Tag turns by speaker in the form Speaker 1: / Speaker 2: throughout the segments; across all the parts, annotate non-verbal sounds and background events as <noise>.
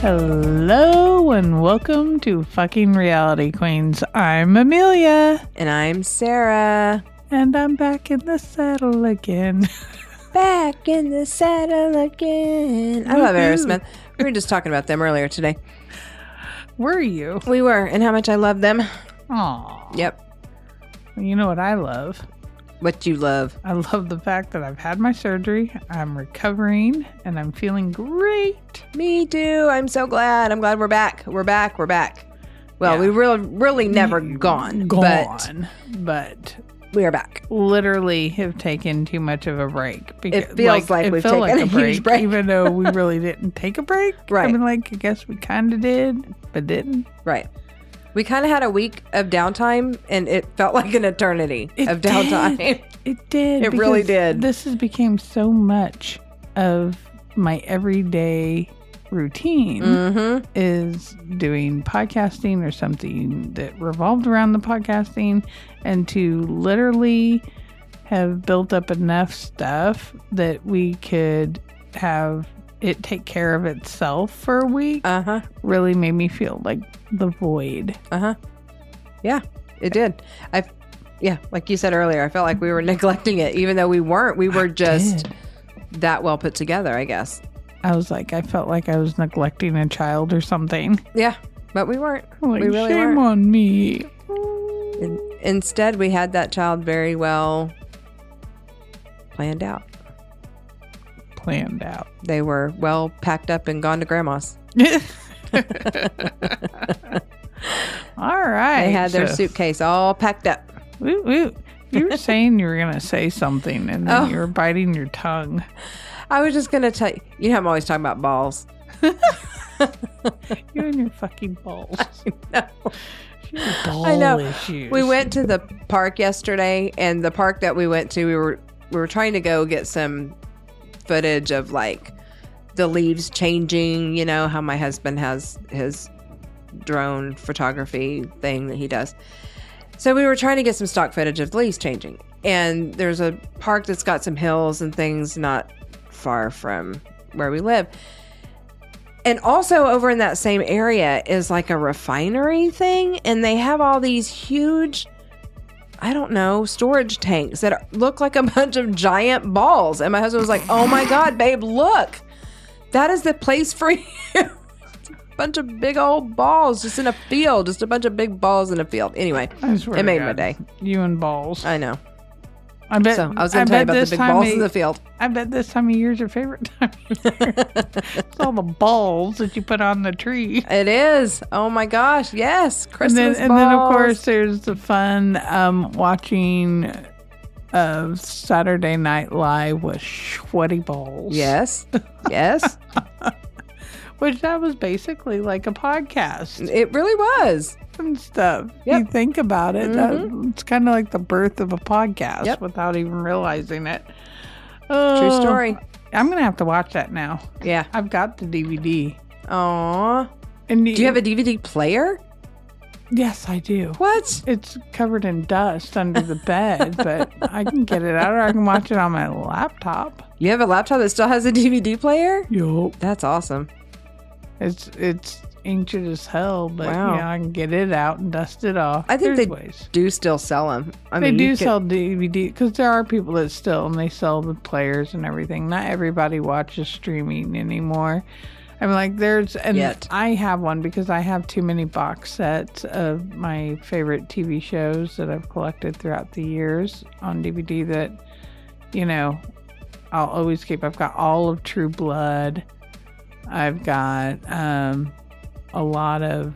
Speaker 1: Hello and welcome to fucking Reality Queens. I'm Amelia
Speaker 2: And I'm Sarah.
Speaker 1: and I'm back in the saddle again. <laughs>
Speaker 2: Back in the saddle again. I love
Speaker 1: Woohoo.
Speaker 2: Aerosmith. We were just talking about them earlier today.
Speaker 1: Were you?
Speaker 2: We were, and how much I love them.
Speaker 1: Aw.
Speaker 2: Yep.
Speaker 1: You know what I love?
Speaker 2: What you love.
Speaker 1: I love the fact that I've had my surgery, I'm recovering, and I'm feeling great.
Speaker 2: Me too. I'm so glad. I'm glad we're back. We're back. We're back. Well,
Speaker 1: Yeah.
Speaker 2: we were really never gone, but
Speaker 1: Gone. But,
Speaker 2: we are back.
Speaker 1: literally have taken too much of a break. Because,
Speaker 2: feels like we've
Speaker 1: felt
Speaker 2: taken a huge break.
Speaker 1: Even though
Speaker 2: <laughs>
Speaker 1: we really didn't take a break. I
Speaker 2: Right.
Speaker 1: mean, like, I guess we kind of did, but didn't.
Speaker 2: Right. We kind of had a week of downtime, and it felt like an eternity
Speaker 1: It
Speaker 2: of downtime.
Speaker 1: did. It did.
Speaker 2: It really
Speaker 1: because
Speaker 2: did.
Speaker 1: This has become so much of my everyday routine
Speaker 2: <laughs> Mm-hmm.
Speaker 1: is doing podcasting or something that revolved around the podcasting and to literally have built up enough stuff that we could have it take care of itself for a week
Speaker 2: Uh huh.
Speaker 1: really made me feel like the void.
Speaker 2: Uh huh. Yeah, it did. I, yeah, like you said earlier, I felt like we were neglecting it, even though we weren't. We were just
Speaker 1: Did.
Speaker 2: that well put together, I guess.
Speaker 1: I was like I felt like I was neglecting a child or something.
Speaker 2: Yeah, but we weren't.
Speaker 1: Like,
Speaker 2: we really
Speaker 1: shame
Speaker 2: weren't.
Speaker 1: on me.
Speaker 2: In- instead, we had that child very well planned out.
Speaker 1: Planned
Speaker 2: <laughs>
Speaker 1: out.
Speaker 2: They were well packed up and gone to grandma's.
Speaker 1: <laughs> All right.
Speaker 2: They had their
Speaker 1: so-
Speaker 2: suitcase all packed up.
Speaker 1: Woot, woot. You were saying you were going to say something and then
Speaker 2: Oh.
Speaker 1: you were biting your tongue.
Speaker 2: I was just gonna tell you. You know, I'm always talking about balls.
Speaker 1: You and your fucking
Speaker 2: <laughs>
Speaker 1: balls.
Speaker 2: No.
Speaker 1: She had ball
Speaker 2: I know.
Speaker 1: issues.
Speaker 2: We went to the park yesterday, and the park that we went to, we were we were trying to go get some footage of like the leaves changing. You know how my husband has his drone photography thing that he does. So we were trying to get some stock footage of the leaves changing, and there's a park that's got some hills and things not far from where we live. And also over in that same area is like a refinery thing, and they have all these huge, I don't know, storage tanks that are- look like a <laughs> bunch of giant balls. And my husband was like, "Oh my god, babe, look, that is the place for <laughs> you." It's a Bunch of big old balls just in a field, just a bunch of big balls in a field. Anyway,
Speaker 1: I swear
Speaker 2: it
Speaker 1: to
Speaker 2: made my
Speaker 1: God,
Speaker 2: day.
Speaker 1: You and balls.
Speaker 2: I know.
Speaker 1: I bet.
Speaker 2: So I was going to tell
Speaker 1: bet
Speaker 2: you about
Speaker 1: this
Speaker 2: the big
Speaker 1: time
Speaker 2: balls
Speaker 1: of,
Speaker 2: in the field.
Speaker 1: I bet this time of year is your favorite
Speaker 2: <laughs>
Speaker 1: time. <laughs> Of year. it's all the balls that you put on the tree.
Speaker 2: It is. Oh my gosh. Yes.
Speaker 1: and
Speaker 2: Christmas
Speaker 1: then, and then of
Speaker 2: balls.
Speaker 1: course there's the fun um, watching of Saturday Night Live with sweaty balls.
Speaker 2: Yes.
Speaker 1: <laughs>
Speaker 2: Yes.
Speaker 1: which that was basically like a podcast
Speaker 2: it really was.
Speaker 1: and stuff. You
Speaker 2: Yep. Mm-hmm.
Speaker 1: think about it, that- it's kind of like the birth of a podcast
Speaker 2: Yep.
Speaker 1: without even realizing it.
Speaker 2: True
Speaker 1: Oh,
Speaker 2: story.
Speaker 1: I'm gonna have to watch that now.
Speaker 2: Yeah.
Speaker 1: I've got the DVD.
Speaker 2: Aw.
Speaker 1: And
Speaker 2: Do you have a DVD player?
Speaker 1: Yes, I do.
Speaker 2: What?
Speaker 1: It's covered in dust under the bed, but I can get it out or I can watch it on my laptop.
Speaker 2: You have a laptop that still has a DVD player?
Speaker 1: Yup.
Speaker 2: That's awesome.
Speaker 1: It's it's ancient as hell, but
Speaker 2: Wow.
Speaker 1: you know, I can get it out and dust it off.
Speaker 2: I think
Speaker 1: There's
Speaker 2: they-
Speaker 1: ways.
Speaker 2: Do still sell them? I
Speaker 1: they
Speaker 2: mean,
Speaker 1: do
Speaker 2: you could-
Speaker 1: sell DVD because there are people that still and they sell the players and everything. Not everybody watches streaming anymore. I'm like, there's and
Speaker 2: Yet.
Speaker 1: I have one because I have too many box sets of my favorite TV shows that I've collected throughout the years on DVD that you know I'll always keep. I've got all of True Blood. I've got um, a lot of.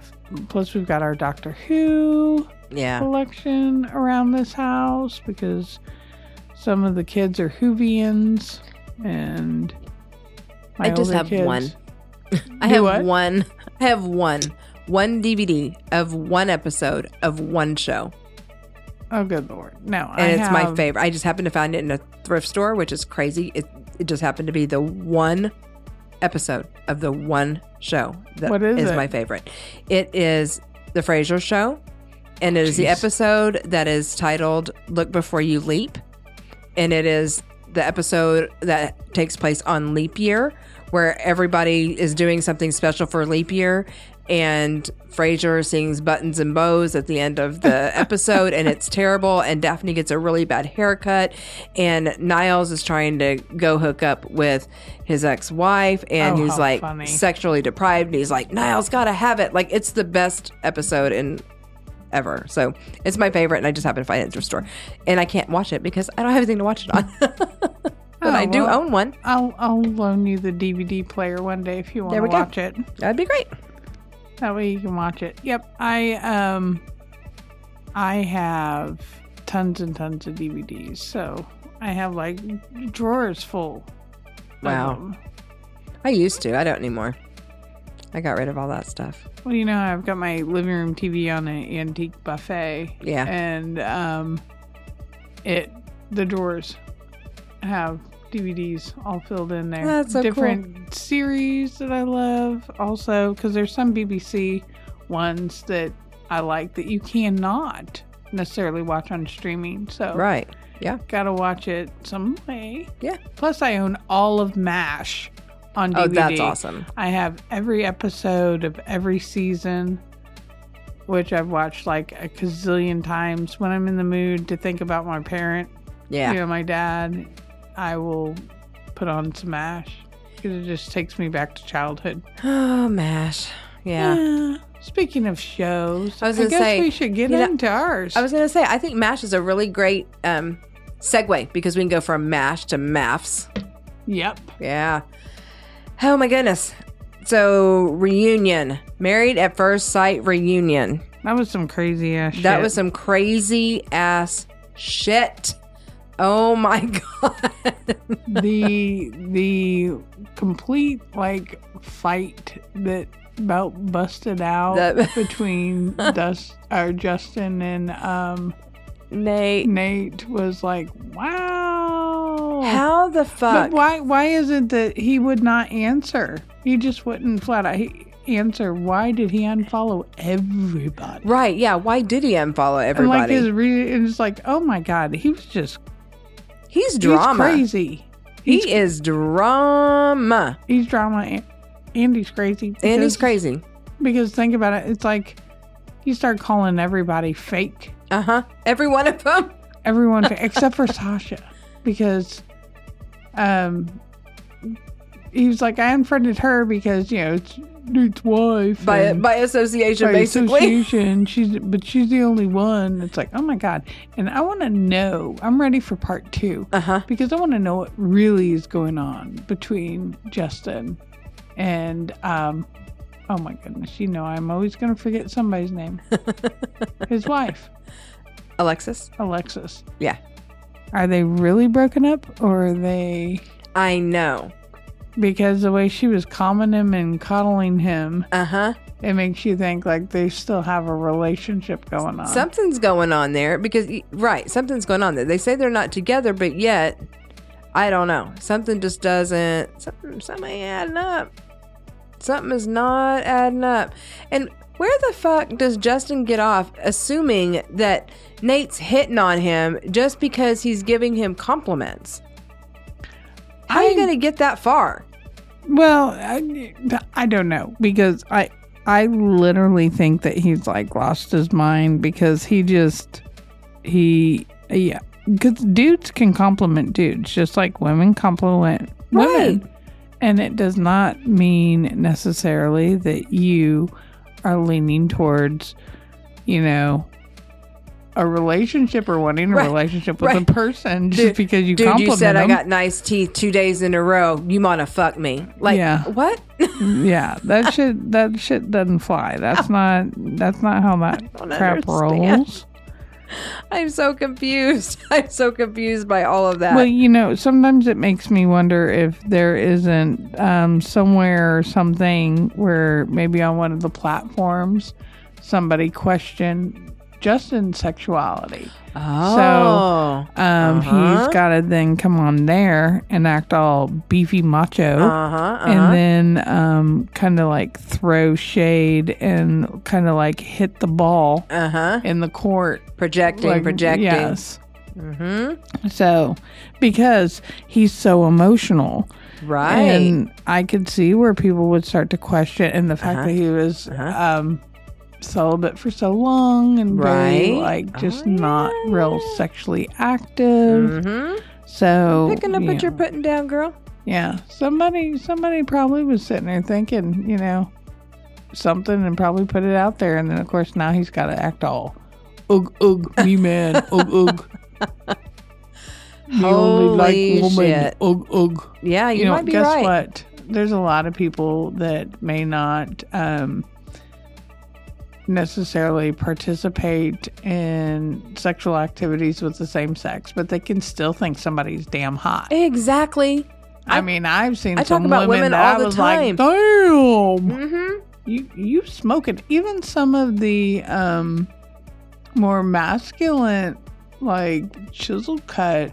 Speaker 1: Plus, we've got our Doctor Who Oh.
Speaker 2: Yeah.
Speaker 1: collection around this house because some of the kids are Hoovians and my
Speaker 2: I just
Speaker 1: older
Speaker 2: have
Speaker 1: kids-
Speaker 2: one. I
Speaker 1: Do
Speaker 2: have
Speaker 1: what?
Speaker 2: one. I have one. One DVD of one episode of one show.
Speaker 1: Oh, good lord! No, I
Speaker 2: and it's my
Speaker 1: have-
Speaker 2: favorite. I just happened to find it in a thrift store, which is crazy. It it just happened to be the one episode of the one show that
Speaker 1: What is it?
Speaker 2: my favorite. It is the Frasier Show, and it is the
Speaker 1: Jeez.
Speaker 2: episode that is titled "Look Before You Leap," and it is the episode that takes place on leap year, where everybody is doing something special for leap year and Frasier sings buttons and bows at the end of
Speaker 1: <laughs>
Speaker 2: the episode and it's terrible and Daphne gets a really bad haircut and Niles is trying to go hook up with his ex-wife and
Speaker 1: Oh,
Speaker 2: he's
Speaker 1: how
Speaker 2: like
Speaker 1: funny.
Speaker 2: sexually deprived and he's like Niles got to have it like it's the best episode in ever. So, it's my favorite and I just happen to find it in the store. And I can't watch it because I don't have anything to watch it on. <laughs> but
Speaker 1: Oh,
Speaker 2: I do
Speaker 1: well.
Speaker 2: own one.
Speaker 1: I'll I'll loan you the DVD player one day if you want
Speaker 2: There
Speaker 1: to
Speaker 2: we go.
Speaker 1: watch it.
Speaker 2: That'd be great.
Speaker 1: That way you can watch it. Yep. I um I have tons and tons of DVDs. So I have like drawers full. of
Speaker 2: Wow.
Speaker 1: them.
Speaker 2: I used to. I don't anymore. I got rid of all that stuff.
Speaker 1: Well, you know, I've got my living room TV on an antique buffet
Speaker 2: Yeah.
Speaker 1: and um it the drawers have DVDs all filled in there.
Speaker 2: That's so cool.
Speaker 1: Different series that I love also because there's some BBC ones that I like that you cannot necessarily watch on streaming. So
Speaker 2: Right.
Speaker 1: gotta watch it some way.
Speaker 2: Yeah.
Speaker 1: Plus I own all of MASH on DVD.
Speaker 2: Oh, that's awesome.
Speaker 1: I have every episode of every season, which I've watched like a gazillion times. When I'm in the mood to think about my parent,
Speaker 2: Yeah.
Speaker 1: you know, my dad, I will put on some MASH because it just takes me back to childhood.
Speaker 2: <gasps> Oh, MASH. Yeah.
Speaker 1: <sighs> Speaking of shows,
Speaker 2: I was gonna
Speaker 1: guess
Speaker 2: say,
Speaker 1: we should get
Speaker 2: you know,
Speaker 1: into ours.
Speaker 2: I was going to say, I think MASH is a really great um, segue because we can go from MASH to MAFs.
Speaker 1: yep.
Speaker 2: Yeah. Oh, my goodness. So, reunion. Married at First Sight reunion.
Speaker 1: That was some crazy ass shit.
Speaker 2: That was some crazy ass shit. Oh, my <laughs> God.
Speaker 1: the the complete like fight that about busted out
Speaker 2: That- <laughs>
Speaker 1: between Dust or Justin and um,
Speaker 2: Nate.
Speaker 1: Nate was like, wow.
Speaker 2: How the
Speaker 1: But
Speaker 2: fuck?
Speaker 1: why why is it that he would not answer? He just wouldn't flat out he, answer. Why did he unfollow everybody?
Speaker 2: Right. Yeah. Why did he unfollow
Speaker 1: And like
Speaker 2: everybody?
Speaker 1: his re- and it's like, oh my god, he was just
Speaker 2: he's drama.
Speaker 1: He's crazy. He's
Speaker 2: he is drama.
Speaker 1: he's drama. and- And he's crazy.
Speaker 2: And
Speaker 1: because-
Speaker 2: he's crazy.
Speaker 1: Because think about it, it's like you start calling everybody fake.
Speaker 2: Uh huh. Every one of them.
Speaker 1: Everyone fake, except
Speaker 2: <laughs>
Speaker 1: for Sasha, because um, he was like, I unfriended her because you know it's Nate's wife
Speaker 2: By,
Speaker 1: and
Speaker 2: by association,
Speaker 1: by
Speaker 2: basically.
Speaker 1: association. She's but she's the only one. It's like, oh my god! And I want to know. I'm ready for part two
Speaker 2: Uh huh.
Speaker 1: because I want to know what really is going on between Justin and um oh my goodness, you know I'm always going to forget somebody's name. His wife,
Speaker 2: Alexis.
Speaker 1: Alexis.
Speaker 2: Yeah.
Speaker 1: Are they really broken up or are they
Speaker 2: I know.
Speaker 1: because the way she was calming him and coddling him,
Speaker 2: Uh huh.
Speaker 1: it makes you think like they still have a relationship going on.
Speaker 2: Something's going on there because, right, something's going on there. They say they're not together, but yet, I don't know. Something just doesn't, something, something ain't adding up. Something is not adding up. And where the fuck does Justin get off assuming that Nate's hitting on him just because he's giving him compliments? How are
Speaker 1: I-
Speaker 2: you going to get that far?
Speaker 1: Well, I, I don't know because I I literally think that he's like lost his mind because he just he yeah because dudes can compliment dudes just like women compliment women,
Speaker 2: Right.
Speaker 1: and it does not mean necessarily that you are leaning towards you know. A relationship or wanting a
Speaker 2: Right,
Speaker 1: relationship with
Speaker 2: right.
Speaker 1: a person just
Speaker 2: Dude-
Speaker 1: because you
Speaker 2: Dude,
Speaker 1: compliment
Speaker 2: you said I
Speaker 1: them.
Speaker 2: got nice teeth two days in a row. You want to fuck me? Like,
Speaker 1: Yeah.
Speaker 2: what?
Speaker 1: yeah,
Speaker 2: <laughs>
Speaker 1: that shit that shit doesn't fly. That's not that's not how that
Speaker 2: Oh. don't
Speaker 1: crap
Speaker 2: understand.
Speaker 1: rolls.
Speaker 2: I'm so confused. <laughs> I'm so confused by all of that.
Speaker 1: Well, you know, sometimes it makes me wonder if there isn't um, somewhere or something where maybe on one of the platforms somebody questioned Justin's sexuality.
Speaker 2: oh.
Speaker 1: Um,
Speaker 2: Uh-huh.
Speaker 1: He's got to then come on there and act all beefy macho.
Speaker 2: uh-huh, uh-huh.
Speaker 1: and then um, kind of like throw shade and kind of like hit the ball
Speaker 2: uh-huh.
Speaker 1: in the court.
Speaker 2: Projecting,
Speaker 1: like,
Speaker 2: projecting.
Speaker 1: Yes.
Speaker 2: Mm-hmm.
Speaker 1: So, because he's so emotional
Speaker 2: Right.
Speaker 1: And I could see where people would start to question, and the fact
Speaker 2: Uh-huh.
Speaker 1: that he was
Speaker 2: Uh-huh.
Speaker 1: um, celibate for so long and very,
Speaker 2: Right.
Speaker 1: like just
Speaker 2: Oh,
Speaker 1: not
Speaker 2: yeah,
Speaker 1: real
Speaker 2: yeah.
Speaker 1: sexually active.
Speaker 2: Mhm.
Speaker 1: So
Speaker 2: Picking up
Speaker 1: you
Speaker 2: what you're
Speaker 1: know,
Speaker 2: putting down, girl.
Speaker 1: yeah. Somebody, somebody probably was sitting there thinking, you know, something, and probably put it out there, and then of course now he's got to act all. Ugh, ugh, me man. Ugh, ugh.
Speaker 2: <laughs>
Speaker 1: You only
Speaker 2: Holy
Speaker 1: like woman.
Speaker 2: shit.
Speaker 1: Ugh, ugh
Speaker 2: Yeah, you,
Speaker 1: know,
Speaker 2: might be
Speaker 1: guess
Speaker 2: right.
Speaker 1: what? There's a lot of people that may not um, necessarily participate in sexual activities with the same sex, but they can still think somebody's damn hot.
Speaker 2: Exactly.
Speaker 1: I,
Speaker 2: I-
Speaker 1: mean, I've seen
Speaker 2: I talk
Speaker 1: some
Speaker 2: about women
Speaker 1: that
Speaker 2: all
Speaker 1: I
Speaker 2: the
Speaker 1: was
Speaker 2: time.
Speaker 1: like, damn,
Speaker 2: Mm-hmm.
Speaker 1: you you smoking. Even some of the um, more masculine, like chisel cut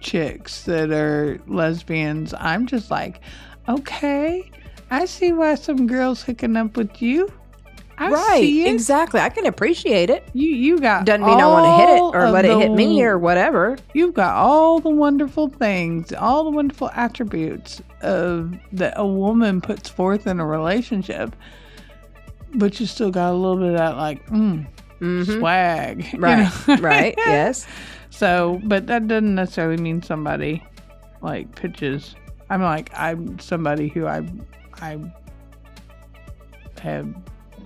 Speaker 1: chicks that are lesbians, I'm just like, okay, I see why some girls hooking up with you. I
Speaker 2: Right.
Speaker 1: see it.
Speaker 2: Exactly. I can appreciate it.
Speaker 1: you you got
Speaker 2: Doesn't mean I want to hit it
Speaker 1: all
Speaker 2: or
Speaker 1: of
Speaker 2: let it hit
Speaker 1: the-
Speaker 2: me or whatever.
Speaker 1: You've got all the wonderful things, all the wonderful attributes of that a woman puts forth in a relationship, but you still got a little bit of that like mm,
Speaker 2: Mhm.
Speaker 1: swag, <laughs> you
Speaker 2: Right.
Speaker 1: know? <laughs>
Speaker 2: <laughs> right. Yes.
Speaker 1: So, but that doesn't necessarily mean somebody like pitches. I'm like I'm somebody who I I have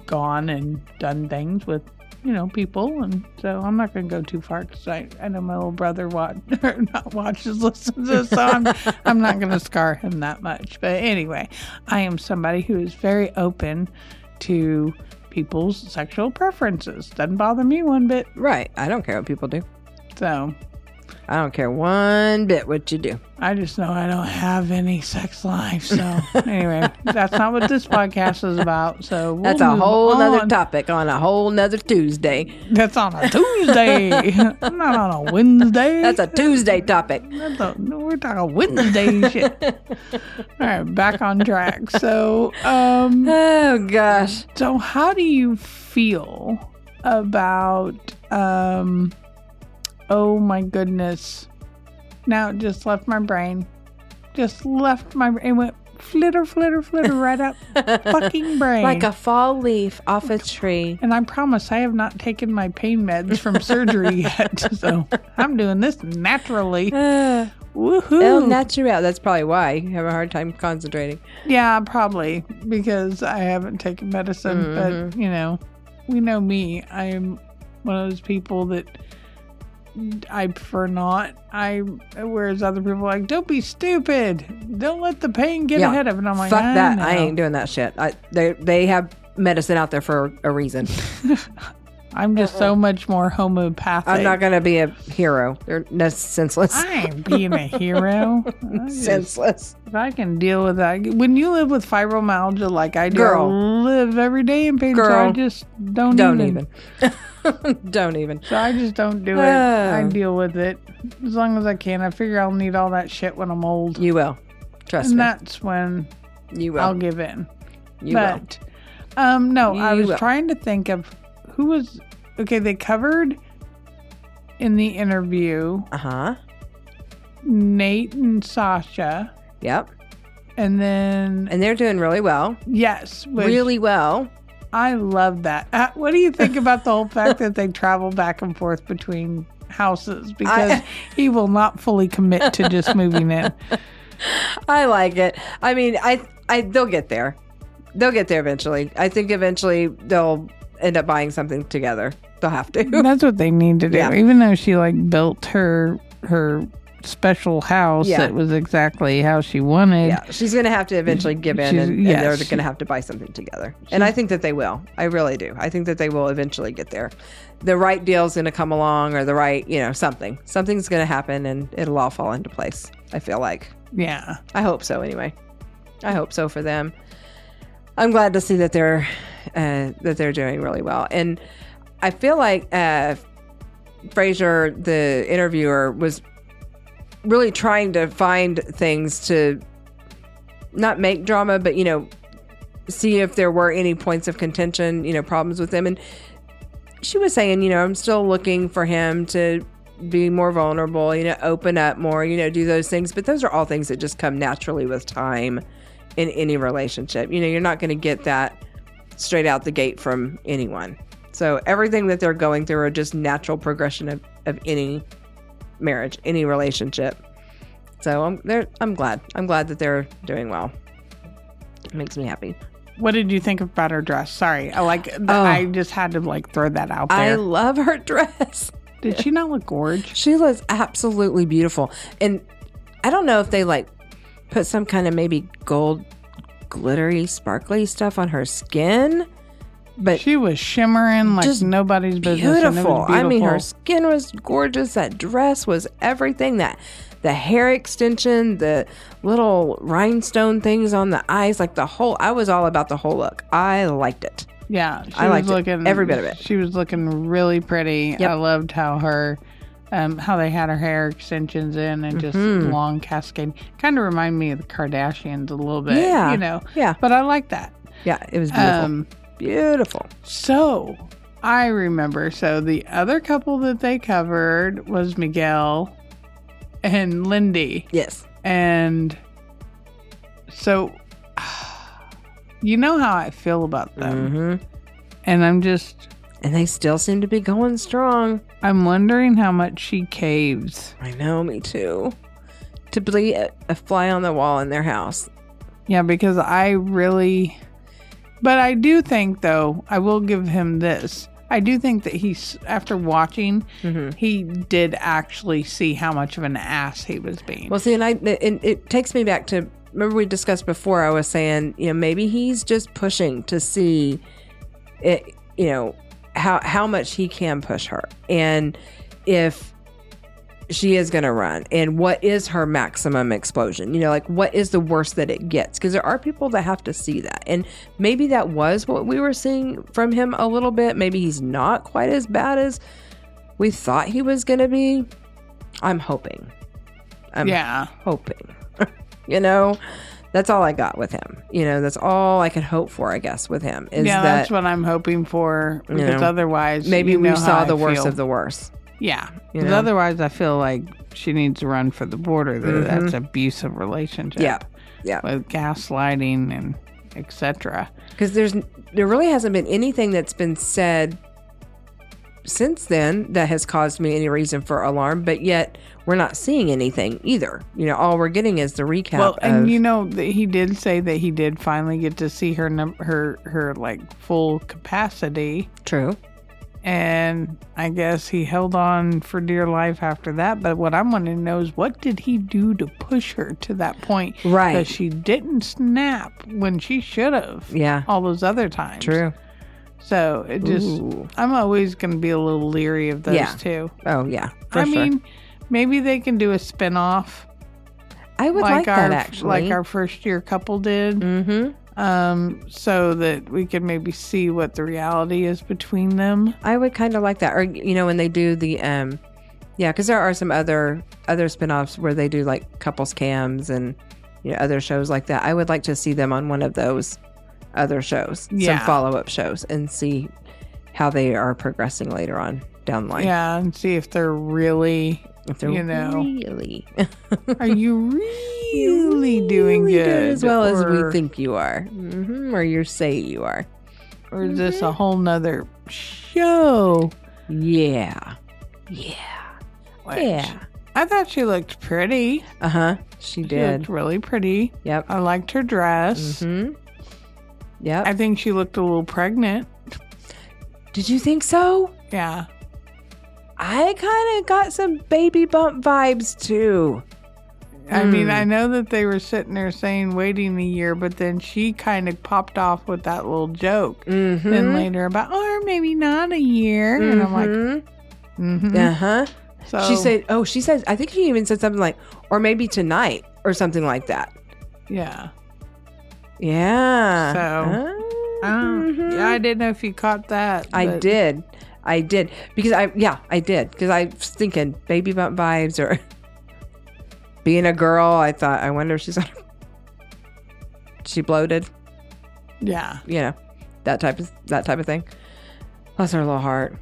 Speaker 1: gone and done things with you know people, and so I'm not going to go too far because I I know my little brother watch <laughs> or not watches listens to this, so I'm I'm not going to scar him that much. But anyway, I am somebody who is very open to people's sexual preferences. Doesn't bother me one bit.
Speaker 2: Right. I don't care what people do.
Speaker 1: So.
Speaker 2: I don't care one bit what you do.
Speaker 1: I just know I don't have any sex life. So anyway, that's not what this podcast is about. So we'll
Speaker 2: That's a
Speaker 1: move
Speaker 2: whole nother
Speaker 1: on.
Speaker 2: topic on a whole nother Tuesday.
Speaker 1: That's on a Tuesday, <laughs> not on a Wednesday.
Speaker 2: <laughs> That's a Tuesday topic.
Speaker 1: That's a- no, we're talking Wednesday
Speaker 2: <laughs>
Speaker 1: shit. All right, back on track. So,
Speaker 2: <laughs>
Speaker 1: um,
Speaker 2: Oh gosh.
Speaker 1: so how do you feel about? Um, oh my goodness! Now it just left my brain. Just left my. It went flitter, flitter, flitter right
Speaker 2: <laughs>
Speaker 1: up fucking brain.
Speaker 2: like a fall leaf off a tree.
Speaker 1: and I promise I have not taken my pain meds from surgery
Speaker 2: <laughs>
Speaker 1: yet. So I'm doing this naturally.
Speaker 2: Uh, El
Speaker 1: Woohoo.
Speaker 2: natural. That's probably why you have a hard time concentrating.
Speaker 1: yeah, probably because I haven't taken medicine. But,
Speaker 2: Mm-hmm.
Speaker 1: you know, we know me. I'm one of those people that I prefer not. I, whereas other people are like, don't be stupid. Don't let the pain get
Speaker 2: Yeah.
Speaker 1: ahead of it. And I'm like,
Speaker 2: Fuck that. I
Speaker 1: know.
Speaker 2: ain't doing that shit. I, they they have medicine out there for a reason.
Speaker 1: I'm just so much more homeopathic.
Speaker 2: I'm not gonna be a hero. They're that's senseless.
Speaker 1: I ain't being a hero. I just-
Speaker 2: <laughs> senseless.
Speaker 1: if I can deal with that, when you live with fibromyalgia like I do,
Speaker 2: Girl.
Speaker 1: I live every day in pain, so I
Speaker 2: Girl.
Speaker 1: just don't,
Speaker 2: Don't
Speaker 1: even.
Speaker 2: even. Don't even. <laughs>
Speaker 1: So I just don't do it. I
Speaker 2: <sighs> Oh.
Speaker 1: deal with it as long as I can. I figure I'll need all that shit when I'm old,
Speaker 2: You will. Trust
Speaker 1: and
Speaker 2: me.
Speaker 1: that's when
Speaker 2: you will.
Speaker 1: I'll give in.
Speaker 2: you will.
Speaker 1: but um, no, I
Speaker 2: You
Speaker 1: was
Speaker 2: will.
Speaker 1: trying to think of who was okay. They covered in the interview
Speaker 2: Uh huh.
Speaker 1: Nate and Sasha,
Speaker 2: Yep.
Speaker 1: and then
Speaker 2: And they're doing really well.
Speaker 1: yes, which
Speaker 2: really well.
Speaker 1: I love that. Uh, what do you think about the whole fact that they travel back and forth between houses because
Speaker 2: <laughs>
Speaker 1: he will not fully commit to just moving in?
Speaker 2: I like it. I mean, I, I, they'll get there. They'll get there eventually. I think eventually they'll end up buying something together. They'll have to.
Speaker 1: That's what they need to do.
Speaker 2: Yeah.
Speaker 1: Even though she like built her her special house
Speaker 2: Yeah.
Speaker 1: that was exactly how she wanted.
Speaker 2: <laughs> yeah, she's going to have to eventually give in,
Speaker 1: She's-
Speaker 2: and,
Speaker 1: yes,
Speaker 2: and they're
Speaker 1: she-
Speaker 2: going to have to buy something together. And I think that they will. I really do. I think that they will eventually get there. The right deal's going to come along, or the right, you know, something. Something's going to happen, and it'll all fall into place. I feel like.
Speaker 1: Yeah.
Speaker 2: I hope so. Anyway, I hope so for them. I'm glad to see that they're uh, that they're doing really well, and I feel like uh, Fraser, the interviewer, was really trying to find things to not make drama, but you know, see if there were any points of contention, you know, problems with them. And she was saying, you know, I'm still looking for him to be more vulnerable, you know, open up more, you know, do those things. But those are all things that just come naturally with time in any relationship. You know, you're not going to get that straight out the gate from anyone. So everything that they're going through are just natural progression of, of any marriage, any relationship. So I'm there. I'm glad. I'm glad that they're doing well. It makes me happy.
Speaker 1: What did you think about her dress? Sorry, I like. th-
Speaker 2: Oh.
Speaker 1: I just had to like throw that out
Speaker 2: I
Speaker 1: there.
Speaker 2: love her <laughs> dress.
Speaker 1: Did she not look gorgeous?
Speaker 2: She looks absolutely beautiful. And I don't know if they like put some kind of maybe gold glittery sparkly stuff on her skin, but
Speaker 1: She was shimmering like
Speaker 2: Just
Speaker 1: nobody's business. and it
Speaker 2: beautiful.
Speaker 1: was
Speaker 2: I mean, her
Speaker 1: beautiful.
Speaker 2: skin was gorgeous. That dress was everything. That the hair extension, the little rhinestone things on the eyes, like the whole. I was all about the whole look. I liked it.
Speaker 1: Yeah, she
Speaker 2: I liked
Speaker 1: was
Speaker 2: it.
Speaker 1: looking
Speaker 2: Every bit of it.
Speaker 1: She was looking really pretty.
Speaker 2: Yep.
Speaker 1: I loved how her, um, how they had her hair extensions in and just
Speaker 2: Mhm.
Speaker 1: long cascade. Kind of remind me of the Kardashians a little bit.
Speaker 2: Yeah.
Speaker 1: you know.
Speaker 2: Yeah.
Speaker 1: But I like that.
Speaker 2: Yeah, it was beautiful.
Speaker 1: Um,
Speaker 2: beautiful.
Speaker 1: so I remember. So the other couple that they covered was Miguel and Lindy.
Speaker 2: Yes.
Speaker 1: And so <sighs> you know how I feel about them.
Speaker 2: hmm
Speaker 1: And I'm just
Speaker 2: And they still seem to be going strong.
Speaker 1: I'm wondering how much she caves.
Speaker 2: I know, me too. To be a, a fly on the wall in their house.
Speaker 1: Yeah, because I really but I do think though, I will give him this. I do think that he's after watching,
Speaker 2: Mm-hmm.
Speaker 1: he did actually see how much of an ass he was being.
Speaker 2: Well, see, and I and it takes me back to remember we discussed before. I was saying, you know, maybe he's just pushing to see, it, you know, how how much he can push her, and if she is going to run, and what is her maximum explosion? You know, like what is the worst that it gets? Because there are people that have to see that, and maybe that was what we were seeing from him a little bit. Maybe he's not quite as bad as we thought he was going to be. I'm hoping. I'm
Speaker 1: yeah.
Speaker 2: hoping. <laughs> you know, that's all I got with him. You know, that's all I could hope for, I guess, with him is
Speaker 1: Yeah,
Speaker 2: that
Speaker 1: that's what I'm hoping for
Speaker 2: you
Speaker 1: because
Speaker 2: know,
Speaker 1: otherwise
Speaker 2: maybe
Speaker 1: you know
Speaker 2: we
Speaker 1: how
Speaker 2: saw
Speaker 1: I
Speaker 2: the worst
Speaker 1: feel.
Speaker 2: of the worst.
Speaker 1: Yeah.
Speaker 2: You
Speaker 1: Because
Speaker 2: know?
Speaker 1: otherwise, I feel like she needs to run for the border. That
Speaker 2: Mhm.
Speaker 1: That's abusive relationship.
Speaker 2: Yeah. Yeah.
Speaker 1: With gaslighting and etc.
Speaker 2: Because there's there really hasn't been anything that's been said since then that has caused me any reason for alarm, but yet we're not seeing anything either. You know, all we're getting is the recap.
Speaker 1: Well, and
Speaker 2: of-
Speaker 1: you know th- he did say that he did finally get to see her num- her her like full capacity,
Speaker 2: true.
Speaker 1: and I guess he held on for dear life after that. But what I'm wanting to know is what did he do to push her to that point that
Speaker 2: Right.
Speaker 1: she didn't snap when she should have
Speaker 2: Yeah.
Speaker 1: all those other times.
Speaker 2: True.
Speaker 1: So it just.
Speaker 2: Ooh.
Speaker 1: I'm always going to be a little leery of those
Speaker 2: Yeah,
Speaker 1: two.
Speaker 2: Oh yeah. For
Speaker 1: I
Speaker 2: sure.
Speaker 1: mean, maybe they can do a spin-off
Speaker 2: I would like,
Speaker 1: our
Speaker 2: that actually.
Speaker 1: like our first year couple did,
Speaker 2: mm-hmm.
Speaker 1: um, so that we could maybe see what the reality is between them.
Speaker 2: I would kind of like that, or you know, when they do the, um, yeah, because there are some other other spinoffs where they do like couples cams and you know other shows like that. I would like to see them on one of those other shows,
Speaker 1: Yeah.
Speaker 2: some follow up shows, and see how they are progressing later on down the line.
Speaker 1: Yeah, and see if they're really.
Speaker 2: if they're
Speaker 1: you know.
Speaker 2: really
Speaker 1: Are
Speaker 2: <laughs>
Speaker 1: you really doing
Speaker 2: really
Speaker 1: good,
Speaker 2: as well as
Speaker 1: Or-
Speaker 2: we think you are, hmm or you say you are.
Speaker 1: or is this a
Speaker 2: Mm-hmm.
Speaker 1: whole nother show?
Speaker 2: Yeah, yeah,
Speaker 1: Which-
Speaker 2: yeah.
Speaker 1: I thought she looked pretty.
Speaker 2: Uh huh. She
Speaker 1: She looked
Speaker 2: did.
Speaker 1: really pretty.
Speaker 2: Yep.
Speaker 1: I liked her dress.
Speaker 2: Mm-hmm. Yep.
Speaker 1: I think she looked a little pregnant.
Speaker 2: Did you think so?
Speaker 1: Yeah.
Speaker 2: I kind of got some baby bump vibes too.
Speaker 1: I mean,
Speaker 2: Mm.
Speaker 1: I know that they were sitting there saying waiting a year, but then she kind of popped off with that little joke.
Speaker 2: Mm-hmm.
Speaker 1: Then later about, or
Speaker 2: "Oh,
Speaker 1: maybe not a year. And I'm like, mm-hmm.
Speaker 2: uh huh.
Speaker 1: So,
Speaker 2: She said, "Oh, she said. I think she even said something like, or maybe tonight, or something like that."
Speaker 1: yeah.
Speaker 2: Yeah.
Speaker 1: So,
Speaker 2: Ah,
Speaker 1: Um,
Speaker 2: mhm.
Speaker 1: yeah. I didn't know if you caught that.
Speaker 2: I
Speaker 1: but-
Speaker 2: did. I did because I yeah I did because I was thinking baby bump vibes or <laughs> being a girl. I thought I wonder if she's she bloated.
Speaker 1: Yeah.
Speaker 2: you know, that type of that type of thing. Bless her little heart.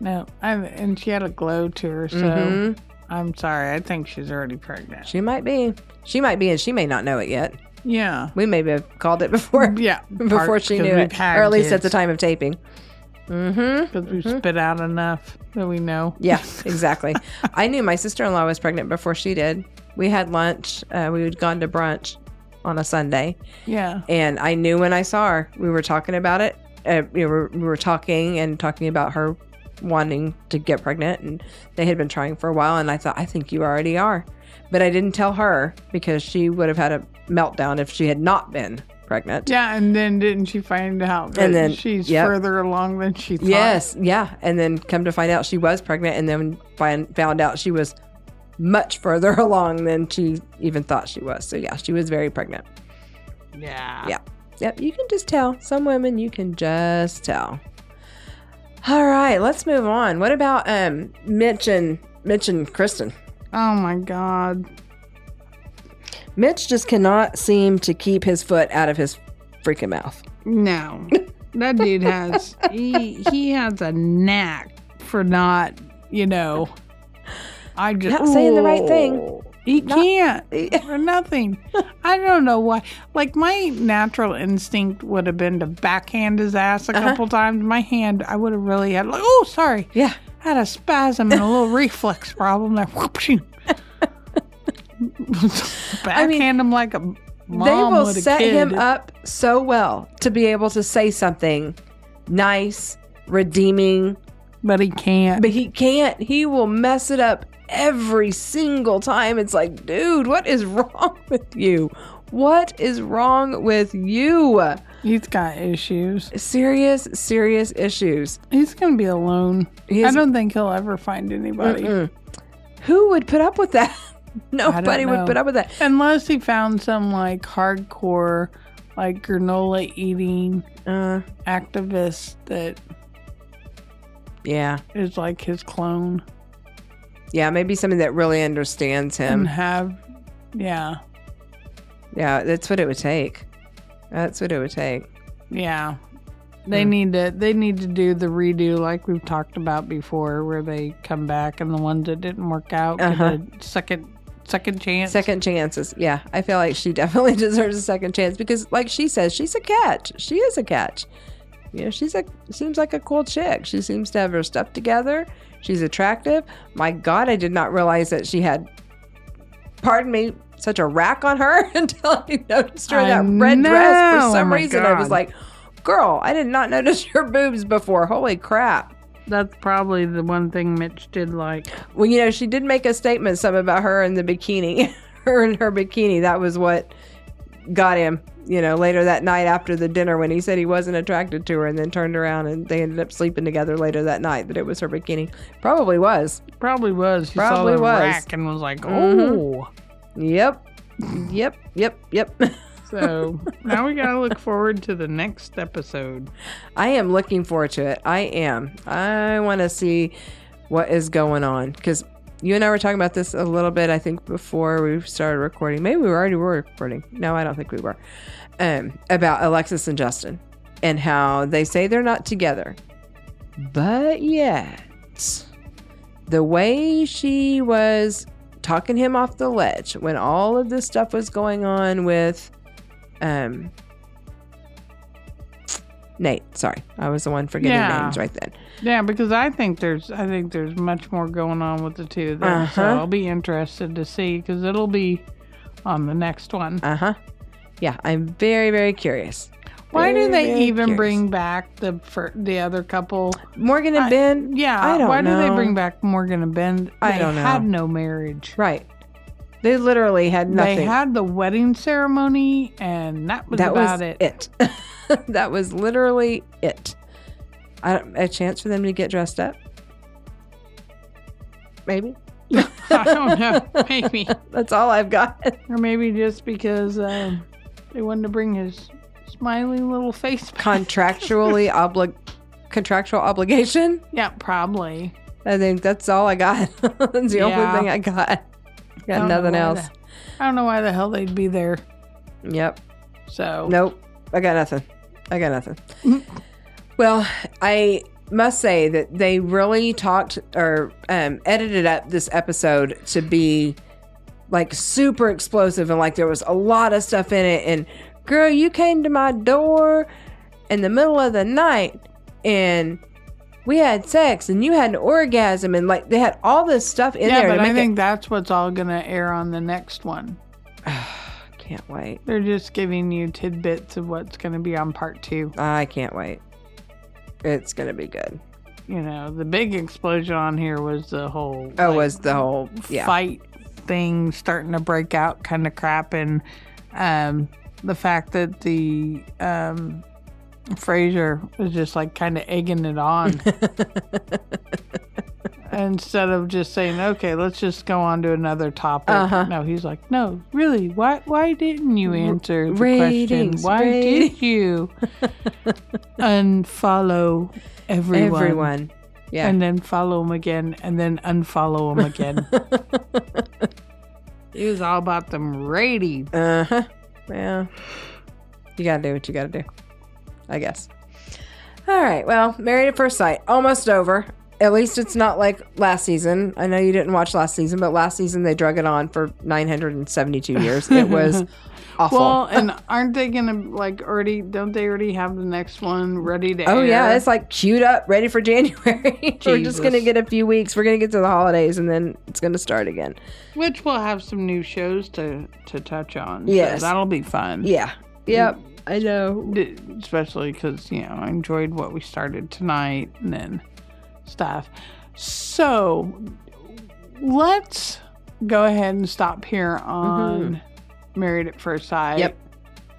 Speaker 1: No, I'm, and she had a glow to her, so
Speaker 2: Mhm.
Speaker 1: I'm sorry. I think she's already pregnant.
Speaker 2: She might be. She might be, and she may not know it yet.
Speaker 1: Yeah.
Speaker 2: We may have called it before <laughs>
Speaker 1: Yeah.
Speaker 2: before she knew it, or at least at the time of taping. Mm-hmm.
Speaker 1: Because we've spit out enough that we know.
Speaker 2: Yeah, exactly. I knew my sister in law was pregnant before she did. We had lunch. Uh, we had gone to brunch on a Sunday,
Speaker 1: Yeah.
Speaker 2: and I knew when I saw her. We were talking about it. Uh, we, were, we were talking and talking about her wanting to get pregnant, and they had been trying for a while. And I thought, I think you already are, but I didn't tell her because she would have had a meltdown if she had not been pregnant.
Speaker 1: Yeah, and then didn't she find out that
Speaker 2: then-
Speaker 1: she's
Speaker 2: yep.
Speaker 1: further along than she thought?
Speaker 2: Yes, yeah. And then come to find out she was pregnant, and then find, found out she was much further <laughs> along than she even thought she was. So, yeah, she was very pregnant.
Speaker 1: Yeah.
Speaker 2: Yeah. Yep, you can just tell. Some women, you can just tell. All right, let's move on. What about um, Mitch and Mitch and Kristen?
Speaker 1: Oh my God.
Speaker 2: Mitch just cannot seem to keep his foot out of his freaking mouth.
Speaker 1: No. That dude has he he has a knack for not, you know. I just
Speaker 2: Not saying the right thing.
Speaker 1: Ooh. He
Speaker 2: Not-
Speaker 1: can't
Speaker 2: <laughs>
Speaker 1: for nothing. I don't know why. Like my natural instinct would have been to backhand his ass a
Speaker 2: Uh-huh.
Speaker 1: couple times. My hand, I would have really had like, oh sorry,
Speaker 2: Yeah.
Speaker 1: had a spasm and a
Speaker 2: <laughs>
Speaker 1: little reflex problem. There, <laughs> whoop, shoo. backhand him like a mom
Speaker 2: they will
Speaker 1: would a
Speaker 2: set
Speaker 1: kid.
Speaker 2: him up so well to be able to say something nice, redeeming,
Speaker 1: but he can't.
Speaker 2: but he can't. He will mess it up every single time. It's like, dude, what is <laughs> wrong with you? What is wrong with you?
Speaker 1: He's got issues.
Speaker 2: Serious, serious issues.
Speaker 1: He's gonna be alone.
Speaker 2: He
Speaker 1: I
Speaker 2: is-
Speaker 1: don't think he'll ever find anybody
Speaker 2: Mm-mm. Who would put up with that? <laughs> Nobody
Speaker 1: know.
Speaker 2: would put up with that.
Speaker 1: unless he found some like hardcore, like granola eating
Speaker 2: Uh,
Speaker 1: activist that
Speaker 2: yeah.
Speaker 1: is like his clone
Speaker 2: Yeah, maybe somebody that really understands him.
Speaker 1: and have, yeah,
Speaker 2: Yeah, that's what it would take. That's what it would take.
Speaker 1: yeah. They
Speaker 2: Mm.
Speaker 1: need to they need to do the redo like we've talked about before, where they come back and the ones that didn't work out get
Speaker 2: Uh-huh.
Speaker 1: a second second chance.
Speaker 2: Second chances. Yeah, I feel like she <laughs> definitely deserves a second chance because, like she says, she's a catch. She is a catch. You know, she's a seems like a cool chick. She seems to have her stuff together. She's attractive. My God, I did not realize that she had, pardon me, such a rack on her <laughs> until I noticed her in
Speaker 1: I
Speaker 2: that red dress.
Speaker 1: know.
Speaker 2: For
Speaker 1: Oh
Speaker 2: some
Speaker 1: my
Speaker 2: reason, I was
Speaker 1: God.
Speaker 2: like, girl, I did not notice <laughs> your boobs before. Holy crap.
Speaker 1: That's probably the one thing Mitch did like.
Speaker 2: Well, you know, she did make a statement some about her in the bikini, <laughs> her and her bikini. That was what got him. You know, later that night after the dinner when he said he wasn't attracted to her, and then turned around and they ended up sleeping together later that night. That it was her bikini, probably was.
Speaker 1: Probably was. He
Speaker 2: Probably
Speaker 1: saw the
Speaker 2: was.
Speaker 1: rack and was like,
Speaker 2: Mhm.
Speaker 1: oh.
Speaker 2: Yep, yep, yep, yep. <laughs>
Speaker 1: So <laughs> now we gotta look forward to the next episode.
Speaker 2: I am looking forward to it. I am. I want to see what is going on because you and I were talking about this a little bit. I think before we started recording, maybe we already were recording. No, I don't think we were. Um, about Alexis and Justin and how they say they're not together, but yet the way she was talking him off the ledge when all of this stuff was going on with um Nate, sorry. I was the one forgetting
Speaker 1: Yeah.
Speaker 2: names right then.
Speaker 1: Yeah, because I think there's I think there's much more going on with the two of them. So
Speaker 2: Uh-huh.
Speaker 1: I'll be interested to see because it'll be on the next one.
Speaker 2: Uh-huh. Yeah, I'm very, very curious.
Speaker 1: Why do
Speaker 2: Very,
Speaker 1: they
Speaker 2: very
Speaker 1: even
Speaker 2: curious.
Speaker 1: bring back the fir- the other couple?
Speaker 2: Morgan and
Speaker 1: I-
Speaker 2: Ben?
Speaker 1: Yeah,
Speaker 2: I don't
Speaker 1: why do they
Speaker 2: know.
Speaker 1: bring back Morgan and Ben?
Speaker 2: I
Speaker 1: They
Speaker 2: don't know.
Speaker 1: Had no marriage.
Speaker 2: Right. They literally had nothing.
Speaker 1: They had the wedding ceremony, and that was
Speaker 2: that
Speaker 1: about
Speaker 2: was
Speaker 1: it.
Speaker 2: it. <laughs> that was literally it. I don't, a chance for them to get dressed up? Maybe.
Speaker 1: <laughs> I don't know, <laughs> maybe.
Speaker 2: That's all I've got. <laughs>
Speaker 1: Or maybe just because um, they wanted to bring his smiley little face back.
Speaker 2: Contractually oblig contractual obligation.
Speaker 1: yeah, probably.
Speaker 2: I think that's all I got. <laughs> that's the
Speaker 1: Yeah.
Speaker 2: only thing I got.
Speaker 1: I
Speaker 2: Got
Speaker 1: don't know
Speaker 2: nothing
Speaker 1: why
Speaker 2: else.
Speaker 1: the- I don't know why the hell they'd be there.
Speaker 2: Yep.
Speaker 1: So
Speaker 2: Nope. I got nothing. I got nothing. <laughs> well, I must say that they really talked or um, edited up this episode to be like super explosive and like there was a lot of stuff in it. And girl, you came to my door in the middle of the night and we had sex and you had an orgasm and like they had all this stuff in
Speaker 1: yeah,
Speaker 2: there. to
Speaker 1: but I
Speaker 2: make it-
Speaker 1: think that's what's all going to air on the next one.
Speaker 2: can't wait.
Speaker 1: They're just giving you tidbits of what's going to be on part two.
Speaker 2: I can't wait. It's gonna be good.
Speaker 1: You know, the big explosion on here was the whole
Speaker 2: Oh,
Speaker 1: like,
Speaker 2: was the whole yeah.
Speaker 1: fight thing starting to break out kind of crap and um, the fact that the um, Fraser was just like kind of egging it
Speaker 2: <laughs>
Speaker 1: on instead of just saying okay let's just go on to another topic
Speaker 2: Uh-huh.
Speaker 1: no he's like no really why why didn't you answer the
Speaker 2: ratings,
Speaker 1: question why
Speaker 2: ratings."
Speaker 1: did
Speaker 2: <laughs>
Speaker 1: you unfollow everyone,
Speaker 2: Everyone. Yeah.
Speaker 1: and then follow him again and then unfollow him again. <laughs> it was all about them ratings.
Speaker 2: Uh huh. Yeah. You gotta do what you gotta do, I guess. All right. Well, Married at First Sight, almost over. At least it's not like last season. I know you didn't watch last season, but last season they drug it on for 972 years. It was awful.
Speaker 1: Well, <laughs> and aren't they gonna like already? Don't they already have the next one ready to?
Speaker 2: oh,
Speaker 1: air?
Speaker 2: yeah. It's like queued up, ready for January. <laughs> We're just gonna
Speaker 1: Jesus.
Speaker 2: get a few weeks. We're gonna get to the holidays and then it's gonna start again.
Speaker 1: which will have some new shows to to touch on. so
Speaker 2: Yes.
Speaker 1: that'll be fun.
Speaker 2: Yeah. Yep. I know.
Speaker 1: D- especially because you know I enjoyed what we started tonight and then stuff. So let's go ahead and stop here on Married at First Sight.
Speaker 2: Yep.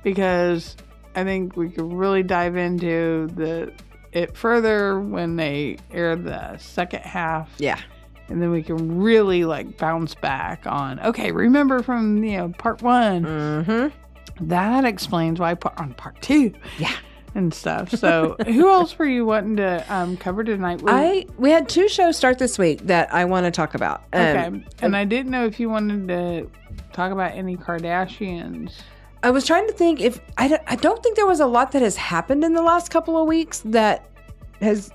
Speaker 1: because I think we could really dive into the it further when they air the second half
Speaker 2: Yeah.
Speaker 1: and then we can really like bounce back on okay remember from you know part one
Speaker 2: Mm
Speaker 1: that explains why I put on part two.
Speaker 2: Yeah.
Speaker 1: And stuff. So, who else were you wanting to um, cover tonight? We-
Speaker 2: I we had two shows start this week that I want to talk about. Um,
Speaker 1: okay. and I didn't know if you wanted to talk about any Kardashians.
Speaker 2: I was trying to think if I don't, I don't think there was a lot that has happened in the last couple of weeks that has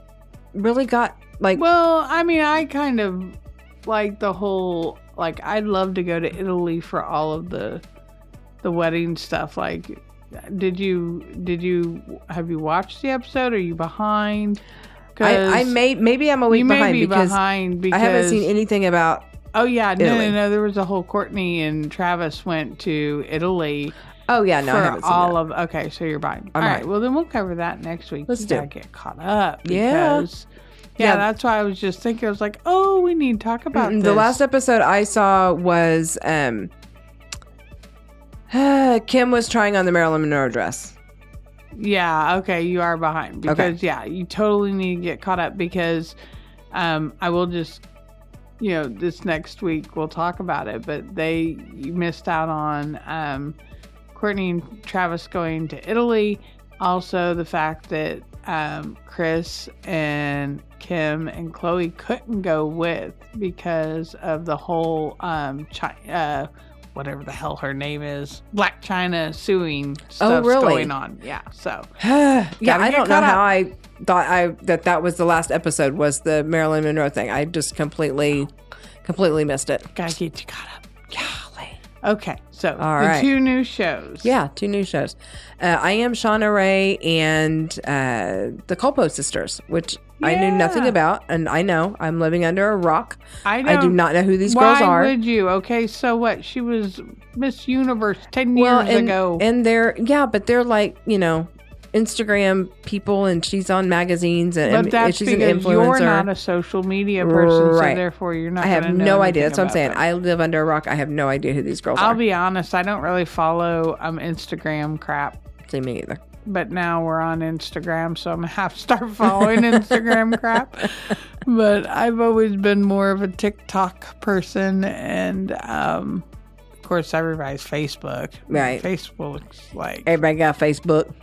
Speaker 2: really got like
Speaker 1: Well, I mean, I kind of like the whole like I'd love to go to Italy for all of the the wedding stuff. Like, did you did you have you watched the episode? Are you behind?
Speaker 2: I, I
Speaker 1: 'Cause
Speaker 2: may maybe I'm a
Speaker 1: you
Speaker 2: week
Speaker 1: may
Speaker 2: behind
Speaker 1: be
Speaker 2: because
Speaker 1: behind
Speaker 2: I
Speaker 1: because
Speaker 2: haven't seen anything about.
Speaker 1: Oh yeah, no,
Speaker 2: Italy.
Speaker 1: no, no. There was a whole Courtney and Travis went to Italy
Speaker 2: Oh yeah, no, I
Speaker 1: for
Speaker 2: haven't seen
Speaker 1: all
Speaker 2: that.
Speaker 1: of. Okay, so you're buying.
Speaker 2: I'm
Speaker 1: all
Speaker 2: right.
Speaker 1: right. Well, then we'll cover that next week.
Speaker 2: Let's
Speaker 1: You
Speaker 2: do.
Speaker 1: gotta get caught up.
Speaker 2: Yeah.
Speaker 1: because- yeah,
Speaker 2: Yeah.
Speaker 1: That's why I was just thinking. I was like, oh, we need to talk about
Speaker 2: Mm-mm,
Speaker 1: this.
Speaker 2: Mm, the last episode I saw was um, <sighs> Kim was trying on the Marilyn Monroe dress.
Speaker 1: Yeah. Okay, you are behind
Speaker 2: Okay.
Speaker 1: because yeah, you totally need to get caught up because, um, I will just, you know, this next week we'll talk about it. But they you missed out on um, Courtney and Travis going to Italy. Also, the fact that um, Chris and Kim and Chloe couldn't go with because of the whole um, chi- uh, whatever the hell her name is, Black China suing stuff
Speaker 2: Oh, really?
Speaker 1: going on. Yeah, so
Speaker 2: <sighs> yeah,
Speaker 1: Gotta
Speaker 2: I
Speaker 1: get
Speaker 2: don't know
Speaker 1: caught
Speaker 2: how
Speaker 1: up.
Speaker 2: I thought I that that was the last episode was the Marilyn Monroe thing. I just completely, completely missed it.
Speaker 1: gotta get you caught up.
Speaker 2: Golly.
Speaker 1: Okay, so
Speaker 2: All
Speaker 1: the
Speaker 2: right.
Speaker 1: two new shows.
Speaker 2: Yeah, two new shows. Uh, I am Shauna Ray and uh, the Colpo sisters, which I knew nothing
Speaker 1: Yeah.
Speaker 2: about, and I know I'm living under a rock.
Speaker 1: I,
Speaker 2: I,
Speaker 1: don't,
Speaker 2: do not know who these
Speaker 1: why
Speaker 2: girls are.
Speaker 1: would you? Okay, so what? She was Miss Universe ten
Speaker 2: well,
Speaker 1: years
Speaker 2: and,
Speaker 1: ago.
Speaker 2: and they're yeah, but they're like you know Instagram people, and she's on magazines, and,
Speaker 1: but
Speaker 2: and
Speaker 1: that's
Speaker 2: she's an
Speaker 1: because
Speaker 2: influencer.
Speaker 1: you're not a social media person,
Speaker 2: Right.
Speaker 1: so therefore you're not.
Speaker 2: I have
Speaker 1: gonna know
Speaker 2: no idea. That's
Speaker 1: anything
Speaker 2: what I'm saying.
Speaker 1: about them.
Speaker 2: I live under a rock. I have no idea who these girls
Speaker 1: I'll
Speaker 2: are.
Speaker 1: be honest. I don't really follow um Instagram crap,
Speaker 2: See me either.
Speaker 1: but now we're on Instagram, so I'm gonna have to start following Instagram crap. But I've always been more of a TikTok person, and um, of course, everybody's Facebook.
Speaker 2: Right.
Speaker 1: Facebook's like
Speaker 2: Everybody got Facebook.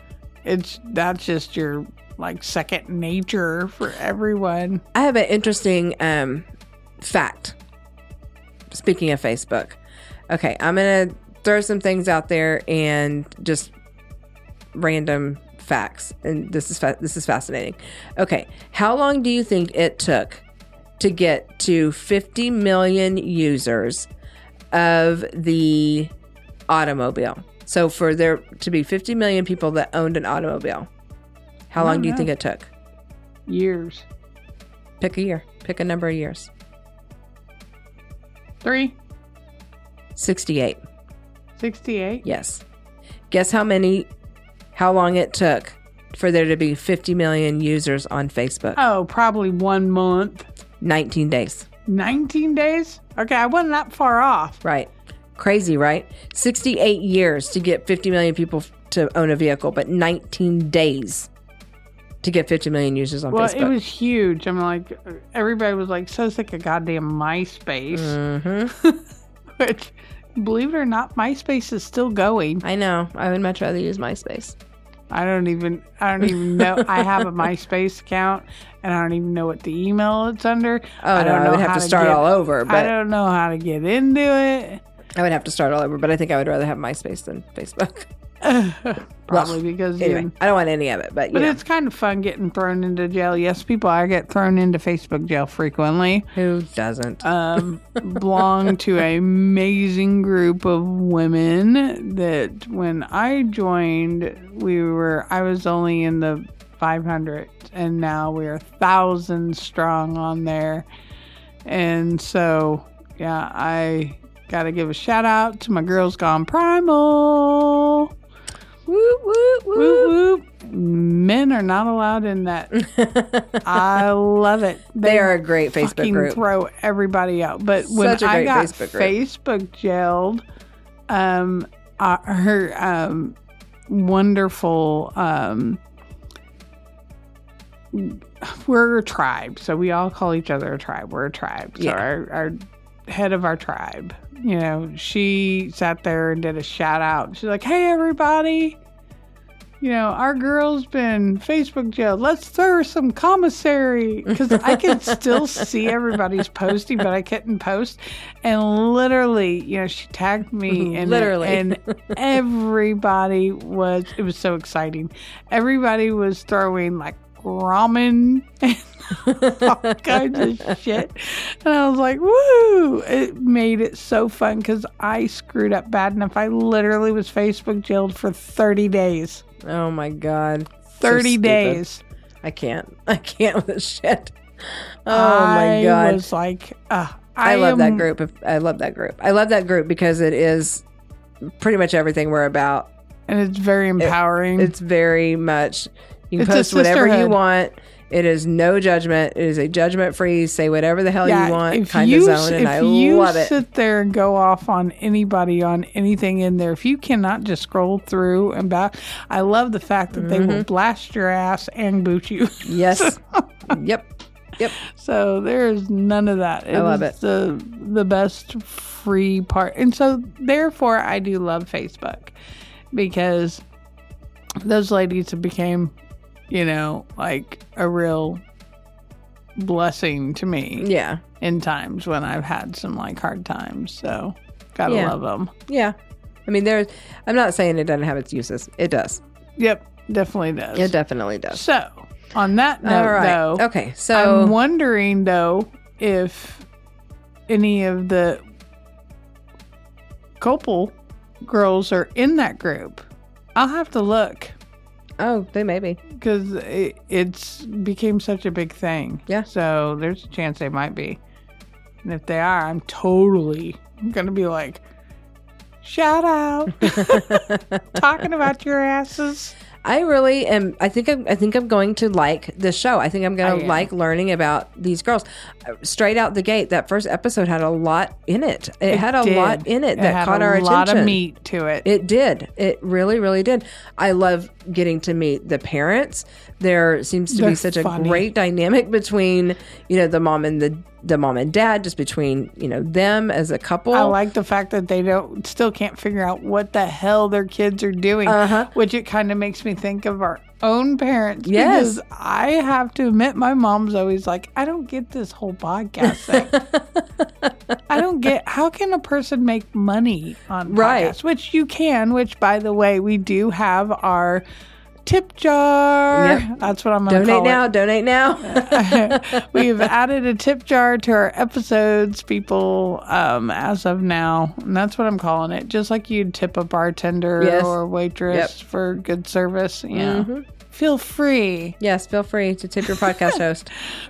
Speaker 1: it's that's just your like second nature for everyone.
Speaker 2: I have an interesting um, fact. Speaking of Facebook, okay, I'm gonna throw some things out there and just random facts, and this is fa- this is fascinating. Okay, how long do you think it took to get to 50 million users of the automobile? So for there to be 50 million people that owned an automobile, how
Speaker 1: I
Speaker 2: long
Speaker 1: don't
Speaker 2: do you
Speaker 1: know.
Speaker 2: think it took?
Speaker 1: Years.
Speaker 2: Pick a year. Pick a number of years.
Speaker 1: Three.
Speaker 2: 68.
Speaker 1: 68.
Speaker 2: Yes. Guess how many, how long it took for there to be 50 million users on Facebook?
Speaker 1: Oh, probably one month.
Speaker 2: 19 days.
Speaker 1: 19 days? Okay, I wasn't that far off.
Speaker 2: Right. Crazy, right? 68 years to get 50 million people f- to own a vehicle, but 19 days to get 50 million users on
Speaker 1: Well,
Speaker 2: Facebook.
Speaker 1: it was huge. I'm like, everybody was like so sick of goddamn MySpace,
Speaker 2: Mhm.
Speaker 1: <laughs> which, believe it or not, MySpace is still going.
Speaker 2: I know. I would much rather use MySpace.
Speaker 1: I don't even, I don't even know. I have
Speaker 2: <laughs>
Speaker 1: a MySpace account, and I don't even know what the email it's under.
Speaker 2: Oh,
Speaker 1: I
Speaker 2: no.
Speaker 1: don't
Speaker 2: I
Speaker 1: know
Speaker 2: would have
Speaker 1: how
Speaker 2: to
Speaker 1: to
Speaker 2: start
Speaker 1: get-
Speaker 2: all over,
Speaker 1: I
Speaker 2: but I,
Speaker 1: don't know how to get into it.
Speaker 2: would have to start all over, but I think I would rather have MySpace than
Speaker 1: <laughs>
Speaker 2: Facebook.
Speaker 1: Probably because you-
Speaker 2: anyway, I don't want any of it, but you
Speaker 1: But
Speaker 2: know.
Speaker 1: it's kind of fun getting thrown into jail. Yes, people, I get thrown into Facebook jail frequently.
Speaker 2: who doesn't?
Speaker 1: um, belong to an amazing group of women that when I joined, we were, I was only in the 500 and now we are thousands strong on there. And so, yeah, I got to give a shout out to my girls gone primal.
Speaker 2: Woo, woo,
Speaker 1: Woo woo. Men are not allowed in that. I love it.
Speaker 2: <laughs> they are a great Facebook
Speaker 1: fucking
Speaker 2: group.
Speaker 1: throw everybody out. But when
Speaker 2: Such a
Speaker 1: I
Speaker 2: great
Speaker 1: got
Speaker 2: Facebook
Speaker 1: Facebook,
Speaker 2: group.
Speaker 1: jailed, um, uh, her um, wonderful um, we're a tribe, so we all call each other a tribe. We're a tribe. So
Speaker 2: Yeah.
Speaker 1: our, our head of our tribe, you know, she sat there and did a shout out. She's like, "Hey, everybody." You know, our girl's been Facebook jailed. Let's throw her some commissary because I could still see everybody's posting, but I couldn't post. And literally, you know, she tagged me and
Speaker 2: Literally.
Speaker 1: and everybody was. It was so exciting. Everybody was throwing like ramen <laughs> and all kinds of shit. And I was like, woo! It made it so fun because I screwed up bad enough. I literally was Facebook jailed for 30 days.
Speaker 2: oh my god,
Speaker 1: 30
Speaker 2: stupid.
Speaker 1: days.
Speaker 2: I can't. <laughs> I can't with this shit. Oh my
Speaker 1: I
Speaker 2: god,
Speaker 1: was like, ah,
Speaker 2: I, love that
Speaker 1: am-
Speaker 2: group. of- I love that group. I love that group because it is pretty much everything we're about.
Speaker 1: And it's very empowering.
Speaker 2: It's very much you can
Speaker 1: Mm. It's a
Speaker 2: post whatever you
Speaker 1: sisterhood.
Speaker 2: want. It is no judgment. It is a judgment free. Say whatever the hell you want kind
Speaker 1: you,
Speaker 2: of
Speaker 1: s-
Speaker 2: zone, and I
Speaker 1: if you
Speaker 2: love it.
Speaker 1: sit there and go off on anybody on anything in there, if you cannot just scroll through and back, I love the fact that they
Speaker 2: Mm-hmm.
Speaker 1: will blast your ass and boot you. <laughs>
Speaker 2: Yes. yep.
Speaker 1: So there is none of that. It
Speaker 2: I love
Speaker 1: is The the best free part, and so therefore I do love Facebook because those ladies have became, you know, like a real blessing to me
Speaker 2: Yeah.
Speaker 1: in times when I've had some like hard times. So gotta
Speaker 2: Yeah.
Speaker 1: love 'em. love them.
Speaker 2: Yeah. I mean, there's. I'm not saying it doesn't have its uses. It does.
Speaker 1: Yep, definitely does.
Speaker 2: It definitely does.
Speaker 1: So on that note,
Speaker 2: All right.
Speaker 1: though,
Speaker 2: Okay. So
Speaker 1: I'm wondering though if any of the couple girls are in that group. I'll have to look
Speaker 2: oh, they may be.
Speaker 1: because it, it's became such a big thing.
Speaker 2: Yeah.
Speaker 1: So there's a chance they might be, and if they are, I'm totally gonna be like, shout
Speaker 2: <laughs>
Speaker 1: out, talking about your asses.
Speaker 2: I really am. I think I'm. I think I'm going to like this show. I think I'm
Speaker 1: I
Speaker 2: going to
Speaker 1: am.
Speaker 2: like learning about these girls. Uh, Straight out the gate, that first episode had a lot in it. It, had a
Speaker 1: did.
Speaker 2: lot in it,
Speaker 1: It
Speaker 2: that
Speaker 1: had
Speaker 2: caught
Speaker 1: a
Speaker 2: our
Speaker 1: lot
Speaker 2: attention.
Speaker 1: of meat to it.
Speaker 2: It did. It really, really did. I love getting to meet the parents. There seems to be
Speaker 1: They're
Speaker 2: such a
Speaker 1: funny.
Speaker 2: great dynamic between, you know, the mom and the the mom and dad, just between you know them as a couple.
Speaker 1: I like the fact that they don't still can't figure out what the hell their kids are doing,
Speaker 2: Uh-huh.
Speaker 1: which it kind of makes me think of our own parents.
Speaker 2: Yes.
Speaker 1: because I have to admit, my mom's always like, I don't get this whole podcast
Speaker 2: <laughs>
Speaker 1: thing. I don't get how can a person make money on
Speaker 2: Right.
Speaker 1: podcasts, which you can. Which, by the way, we do have our tip jar.
Speaker 2: Yep.
Speaker 1: That's what I'm going to
Speaker 2: Donate
Speaker 1: call
Speaker 2: now, donate now. <laughs>
Speaker 1: it. <laughs> We've added a tip jar to our episodes, people, um, as of now. And that's what I'm calling it. Just like you'd tip a bartender
Speaker 2: Yes.
Speaker 1: or waitress for good service. Yeah.
Speaker 2: Mhm.
Speaker 1: Feel free.
Speaker 2: Yes, feel free to tip
Speaker 1: <laughs>
Speaker 2: your podcast host.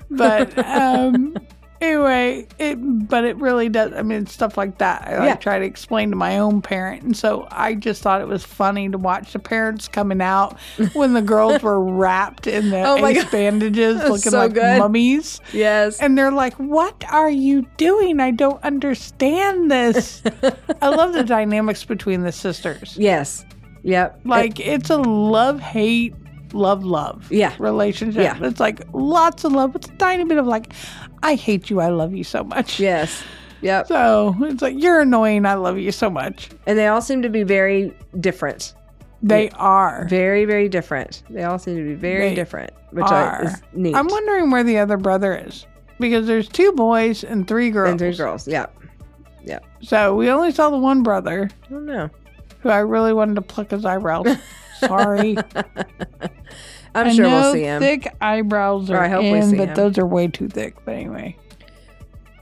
Speaker 1: but
Speaker 2: <laughs>
Speaker 1: um anyway it but it really does i mean stuff like that i like,
Speaker 2: Yeah.
Speaker 1: try to explain to my own parent and so i just thought it was funny to watch the parents coming out when the girls
Speaker 2: <laughs>
Speaker 1: were wrapped in the
Speaker 2: Oh my
Speaker 1: ace
Speaker 2: God.
Speaker 1: bandages
Speaker 2: That's
Speaker 1: looking
Speaker 2: so
Speaker 1: like
Speaker 2: good.
Speaker 1: mummies
Speaker 2: Yes.
Speaker 1: and they're like what are you doing i don't understand
Speaker 2: <laughs>
Speaker 1: this i love the dynamics between the sisters
Speaker 2: Yes. Yep.
Speaker 1: like it's a love hate love love
Speaker 2: Yeah.
Speaker 1: relationship
Speaker 2: Yeah.
Speaker 1: it's like lots of love with a tiny bit of like i hate you i love you so much
Speaker 2: yes. Yep.
Speaker 1: so it's like you're annoying i love you so much
Speaker 2: And they all seem to be very different.
Speaker 1: they are
Speaker 2: Very, very different. They all seem to be very
Speaker 1: They
Speaker 2: different, which I,
Speaker 1: are.
Speaker 2: is neat.
Speaker 1: i'm wondering where the other brother is because there's two boys and three girls
Speaker 2: and three girls. Yeah.
Speaker 1: so we only saw the one brother
Speaker 2: I don't know.
Speaker 1: who i really wanted to pluck his
Speaker 2: <laughs>
Speaker 1: eyebrows sorry
Speaker 2: I'm
Speaker 1: I
Speaker 2: sure
Speaker 1: know
Speaker 2: we'll see him.
Speaker 1: Thick eyebrows
Speaker 2: Or
Speaker 1: are
Speaker 2: I hope we
Speaker 1: in,
Speaker 2: see
Speaker 1: but
Speaker 2: him.
Speaker 1: those are way too thick. But anyway,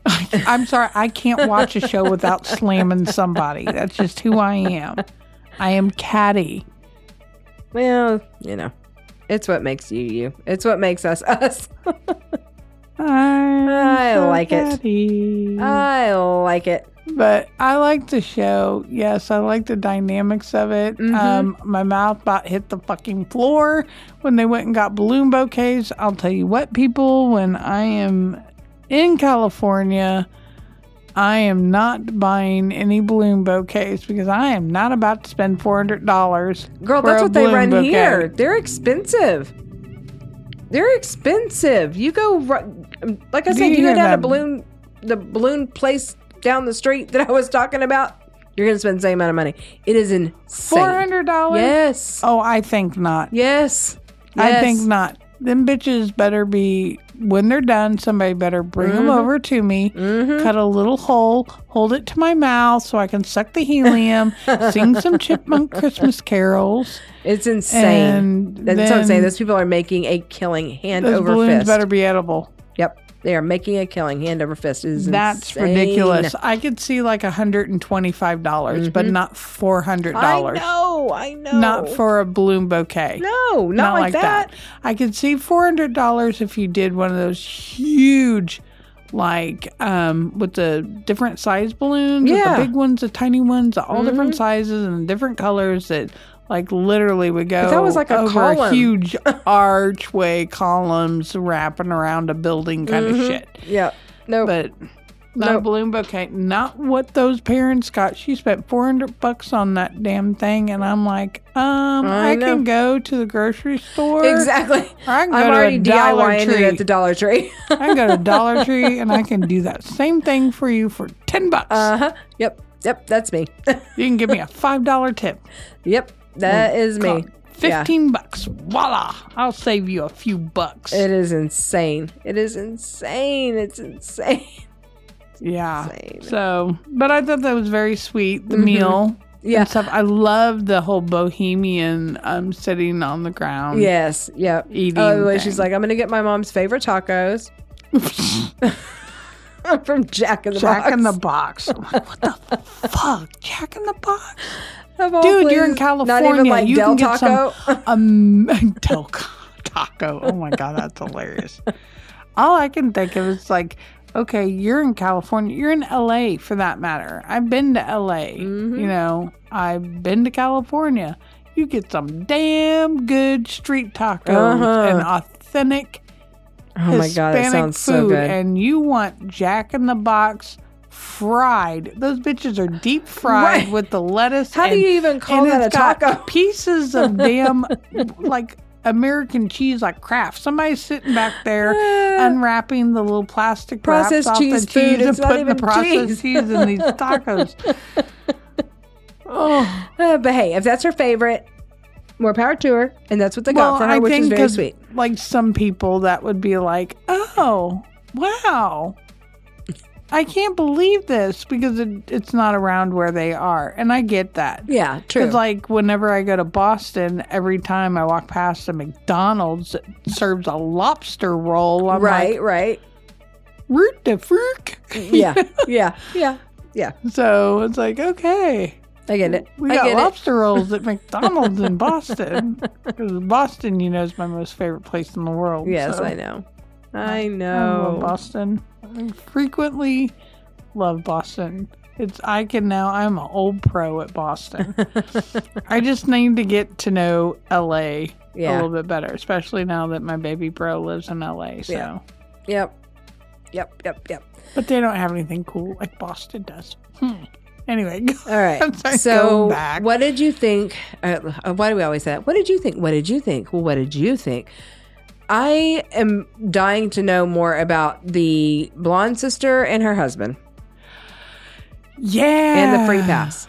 Speaker 1: <laughs> I'm sorry, I can't watch a show without slamming somebody. That's just who I am. I am catty.
Speaker 2: Well, you know, it's what makes you you. It's what makes us <laughs> us. I like it.
Speaker 1: it.
Speaker 2: I like it.
Speaker 1: but I like the show. Yes, I like the dynamics of it.
Speaker 2: Mhm.
Speaker 1: Um, my mouth about hit the fucking floor when they went and got balloon bouquets. I'll tell you what, people, when I am in California, I am not buying any balloon bouquets because I am not about to spend four hundred dollars.
Speaker 2: Girl,
Speaker 1: For
Speaker 2: that's
Speaker 1: a
Speaker 2: what they
Speaker 1: bloom
Speaker 2: run
Speaker 1: bouquet.
Speaker 2: here. They're expensive. They're expensive. You go ru- like I
Speaker 1: Do
Speaker 2: said,
Speaker 1: you
Speaker 2: you
Speaker 1: hear
Speaker 2: go down to
Speaker 1: that?
Speaker 2: balloon the balloon place down the street that I was talking about. You're gonna spend the same amount of money. It is
Speaker 1: Four
Speaker 2: insane.
Speaker 1: hundred dollars?
Speaker 2: Yes.
Speaker 1: Oh, I think not.
Speaker 2: Yes.
Speaker 1: I
Speaker 2: Yes.
Speaker 1: think not. Them bitches better be when they're done. Somebody better bring them
Speaker 2: Mhm.
Speaker 1: over to me.
Speaker 2: Mhm.
Speaker 1: cut a little hole, hold it to my mouth so I can suck the
Speaker 2: <laughs>
Speaker 1: helium, sing some chipmunk Christmas carols.
Speaker 2: It's insane.
Speaker 1: And
Speaker 2: That's what I'm saying.
Speaker 1: then
Speaker 2: Those people are making a killing hand
Speaker 1: those
Speaker 2: over
Speaker 1: balloons
Speaker 2: fist.
Speaker 1: better be edible.
Speaker 2: Yep. They are making a killing hand over fist. It is
Speaker 1: That's
Speaker 2: insane.
Speaker 1: ridiculous. I could see like $125, dollars but
Speaker 2: Mhm.
Speaker 1: not $400.
Speaker 2: I know. I know.
Speaker 1: Not for a balloon bouquet.
Speaker 2: No, not, like, that.
Speaker 1: I could see $400 if you did one of those huge like um with the different size balloons, with
Speaker 2: Yeah.
Speaker 1: the big ones, the tiny ones, all different
Speaker 2: Mhm.
Speaker 1: sizes and different colors that like literally would go
Speaker 2: that was like a
Speaker 1: over
Speaker 2: column.
Speaker 1: huge <laughs> archway columns wrapping around a building kind of
Speaker 2: Mhm.
Speaker 1: shit.
Speaker 2: Yeah. No.
Speaker 1: But not a
Speaker 2: Nope.
Speaker 1: balloon bouquet. Not what those parents got. She spent four hundred bucks on that damn thing, and I'm like, um, I,
Speaker 2: I know.
Speaker 1: can go to the grocery store.
Speaker 2: <laughs> exactly.
Speaker 1: Or I can go
Speaker 2: I'm
Speaker 1: to
Speaker 2: already
Speaker 1: a Dollar
Speaker 2: DIYing it
Speaker 1: Tree.
Speaker 2: at the Dollar Tree. <laughs>
Speaker 1: I can go to Dollar Tree, and I can do that same thing for you for ten bucks.
Speaker 2: uh huh. Yep. Yep. That's me. <laughs>
Speaker 1: you can give me a five dollar tip.
Speaker 2: yep.
Speaker 1: Oh,
Speaker 2: That is me.
Speaker 1: God, Fifteen bucks. Voila! I'll save you a few bucks.
Speaker 2: It is insane. It is insane. It's insane. <laughs>
Speaker 1: yeah.
Speaker 2: insane.
Speaker 1: So, but I thought that was very sweet. The
Speaker 2: Mhm.
Speaker 1: meal.
Speaker 2: Yeah.
Speaker 1: and stuff. I love the whole bohemian um, sitting on the ground.
Speaker 2: Yes. Yep.
Speaker 1: Eating.
Speaker 2: Oh, the way she's
Speaker 1: thing.
Speaker 2: like, I'm gonna get my mom's
Speaker 1: <laughs>
Speaker 2: favorite tacos <laughs> from Jack in the
Speaker 1: Jack
Speaker 2: Box.
Speaker 1: in the Box.
Speaker 2: <laughs>
Speaker 1: I'm like, what the fuck? Jack in the Box?
Speaker 2: Of all
Speaker 1: Dude, you're in
Speaker 2: places. Not
Speaker 1: California.
Speaker 2: even like
Speaker 1: You
Speaker 2: Del
Speaker 1: can get some-
Speaker 2: Taco. <laughs>
Speaker 1: Um, <laughs> del- taco. Oh my God, that's hilarious. All I can think of is like, okay, you're in California. You're in LA for that matter. I've been to LA.
Speaker 2: Mhm.
Speaker 1: You know, I've been to California. You get some damn good street tacos
Speaker 2: Uh-huh.
Speaker 1: and authentic
Speaker 2: oh my god, that
Speaker 1: Hispanic
Speaker 2: sounds
Speaker 1: food,
Speaker 2: so good.
Speaker 1: and you want Jack in the Box fried. Those bitches are deep fried
Speaker 2: Right.
Speaker 1: with the lettuce.
Speaker 2: How do
Speaker 1: and-
Speaker 2: you even call
Speaker 1: and
Speaker 2: that a
Speaker 1: it's got <laughs>
Speaker 2: taco? <laughs>
Speaker 1: Pieces of damn like American cheese, like Kraft. Somebody's sitting back there. Unwrapping the little plastic wraps
Speaker 2: Processed
Speaker 1: off
Speaker 2: cheese
Speaker 1: the
Speaker 2: food,
Speaker 1: cheese and
Speaker 2: it's not
Speaker 1: putting the
Speaker 2: even
Speaker 1: processed
Speaker 2: cheese.
Speaker 1: cheese in
Speaker 2: <laughs>
Speaker 1: these tacos. oh,
Speaker 2: Uh, but hey, if that's her favorite, more power to her. And that's what they got for her, which is very
Speaker 1: 'cause,
Speaker 2: sweet.
Speaker 1: like some people that would be like, "Oh, wow, I can't believe this because it, it's not around where they are. And I get that.
Speaker 2: Yeah, true.
Speaker 1: It's like whenever I go to Boston, every time I walk past a McDonald's that serves a lobster roll, I'm
Speaker 2: right,
Speaker 1: like,
Speaker 2: right.
Speaker 1: root the freak. <laughs>
Speaker 2: Yeah, yeah, yeah.
Speaker 1: So it's like, okay.
Speaker 2: I get it.
Speaker 1: We
Speaker 2: I
Speaker 1: got
Speaker 2: get it.
Speaker 1: lobster rolls
Speaker 2: <laughs>
Speaker 1: at McDonald's in Boston. Because Boston, you know, is my most favorite place in the world.
Speaker 2: Yes,
Speaker 1: so
Speaker 2: I know. I
Speaker 1: I love
Speaker 2: know.
Speaker 1: Boston. I frequently love Boston. It's I can now I'm an old pro at
Speaker 2: <laughs>
Speaker 1: Boston. I just need to get to know LA a
Speaker 2: yeah.
Speaker 1: little bit better, especially now that my baby bro lives in LA. So
Speaker 2: Yeah. Yep. Yep. Yep. Yep.
Speaker 1: but they don't have anything cool like Boston does. Hmm. Anyway, <laughs>
Speaker 2: All right.
Speaker 1: I'm sorry,
Speaker 2: so,
Speaker 1: going back.
Speaker 2: what did you think? Uh, uh, why do we always say that? What did you think? What did you think? Well, what did you think? I am dying to know more about the blonde sister and her husband
Speaker 1: yeah.
Speaker 2: and the free pass.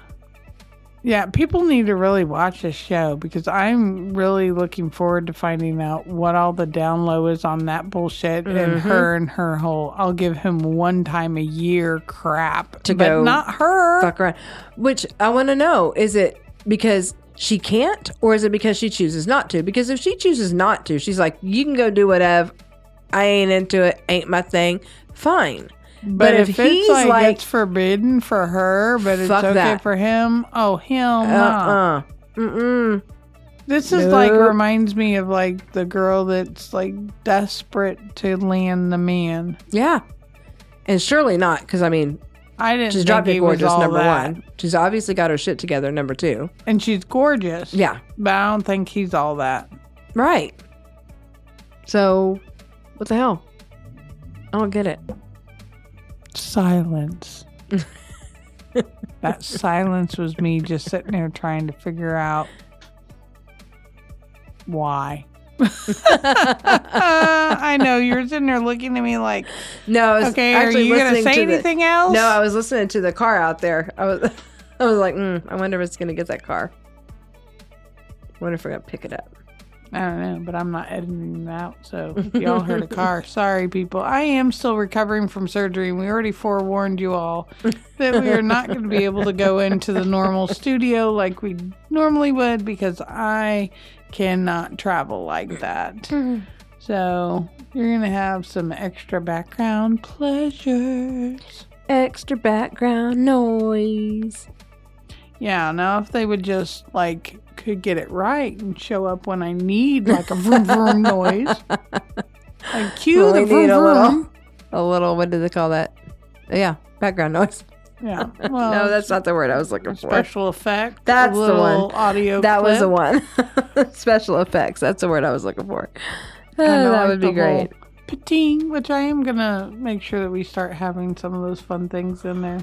Speaker 1: Yeah, people need to really watch this show because I'm really looking forward to finding out what all the down low is on that bullshit and
Speaker 2: Mhm.
Speaker 1: her and her whole I'll give him one time a year crap.
Speaker 2: To
Speaker 1: but
Speaker 2: go
Speaker 1: not her.
Speaker 2: Fuck around. Which I want to know is it because she can't or is it because she chooses not to? Because if she chooses not to, she's like, you can go do whatever. I ain't into it. Ain't my thing. Fine.
Speaker 1: But,
Speaker 2: But
Speaker 1: if,
Speaker 2: if
Speaker 1: it's
Speaker 2: he's
Speaker 1: like,
Speaker 2: like-
Speaker 1: it's forbidden for her, but it's
Speaker 2: Fuck
Speaker 1: okay
Speaker 2: that.
Speaker 1: for him, oh hell
Speaker 2: Uh
Speaker 1: no.
Speaker 2: uh. Mm
Speaker 1: This is like
Speaker 2: Nope.
Speaker 1: reminds me of like the girl that's like desperate to land the man.
Speaker 2: Yeah. And surely not, because I mean,
Speaker 1: I didn't
Speaker 2: she's
Speaker 1: think
Speaker 2: drop
Speaker 1: he
Speaker 2: dead
Speaker 1: was
Speaker 2: gorgeous,
Speaker 1: all
Speaker 2: number
Speaker 1: that.
Speaker 2: one. She's obviously got her shit together, number two.
Speaker 1: and she's gorgeous.
Speaker 2: Yeah.
Speaker 1: but I don't think he's all that.
Speaker 2: Right. So, what the hell? I don't get it. <laughs>
Speaker 1: Silence. <laughs> that silence was me just sitting there trying to figure out why. Uh, I know you're sitting there looking at me like,
Speaker 2: no, I was
Speaker 1: okay, are
Speaker 2: actually
Speaker 1: you going to
Speaker 2: listening
Speaker 1: say
Speaker 2: to the-
Speaker 1: anything else?
Speaker 2: No, I was listening to the car out there. I was, <laughs> I was like, mm, I wonder if it's gonna get that car. wonder if we're gonna pick it up.
Speaker 1: I don't know, but I'm not editing that out. So if y'all heard a car. Sorry, people. I am still recovering from surgery, and we already forewarned you all that we are not going to be able to go into the normal studio like we normally would because I cannot travel like that. So you're going to have some extra background pleasures.
Speaker 2: Extra background noise.
Speaker 1: Yeah, now if they would just like could get it right and show up when I need like a vroom vroom noise. Like cue
Speaker 2: Well,
Speaker 1: the
Speaker 2: we
Speaker 1: vroom
Speaker 2: need a
Speaker 1: vroom.
Speaker 2: little, a little. What do they call that? Yeah, background noise.
Speaker 1: Yeah. Well,
Speaker 2: <laughs> no, that's not the word I was looking for.
Speaker 1: special effect.
Speaker 2: That's
Speaker 1: a
Speaker 2: the
Speaker 1: little
Speaker 2: one.
Speaker 1: Audio.
Speaker 2: That was the
Speaker 1: clip.
Speaker 2: one. <laughs> Special effects. That's the word I was looking for. Oh,
Speaker 1: Kinda
Speaker 2: <sighs> <laughs> that
Speaker 1: like
Speaker 2: would be
Speaker 1: the whole
Speaker 2: great.
Speaker 1: Pating, which I am gonna make sure that we start having some of those fun things in there.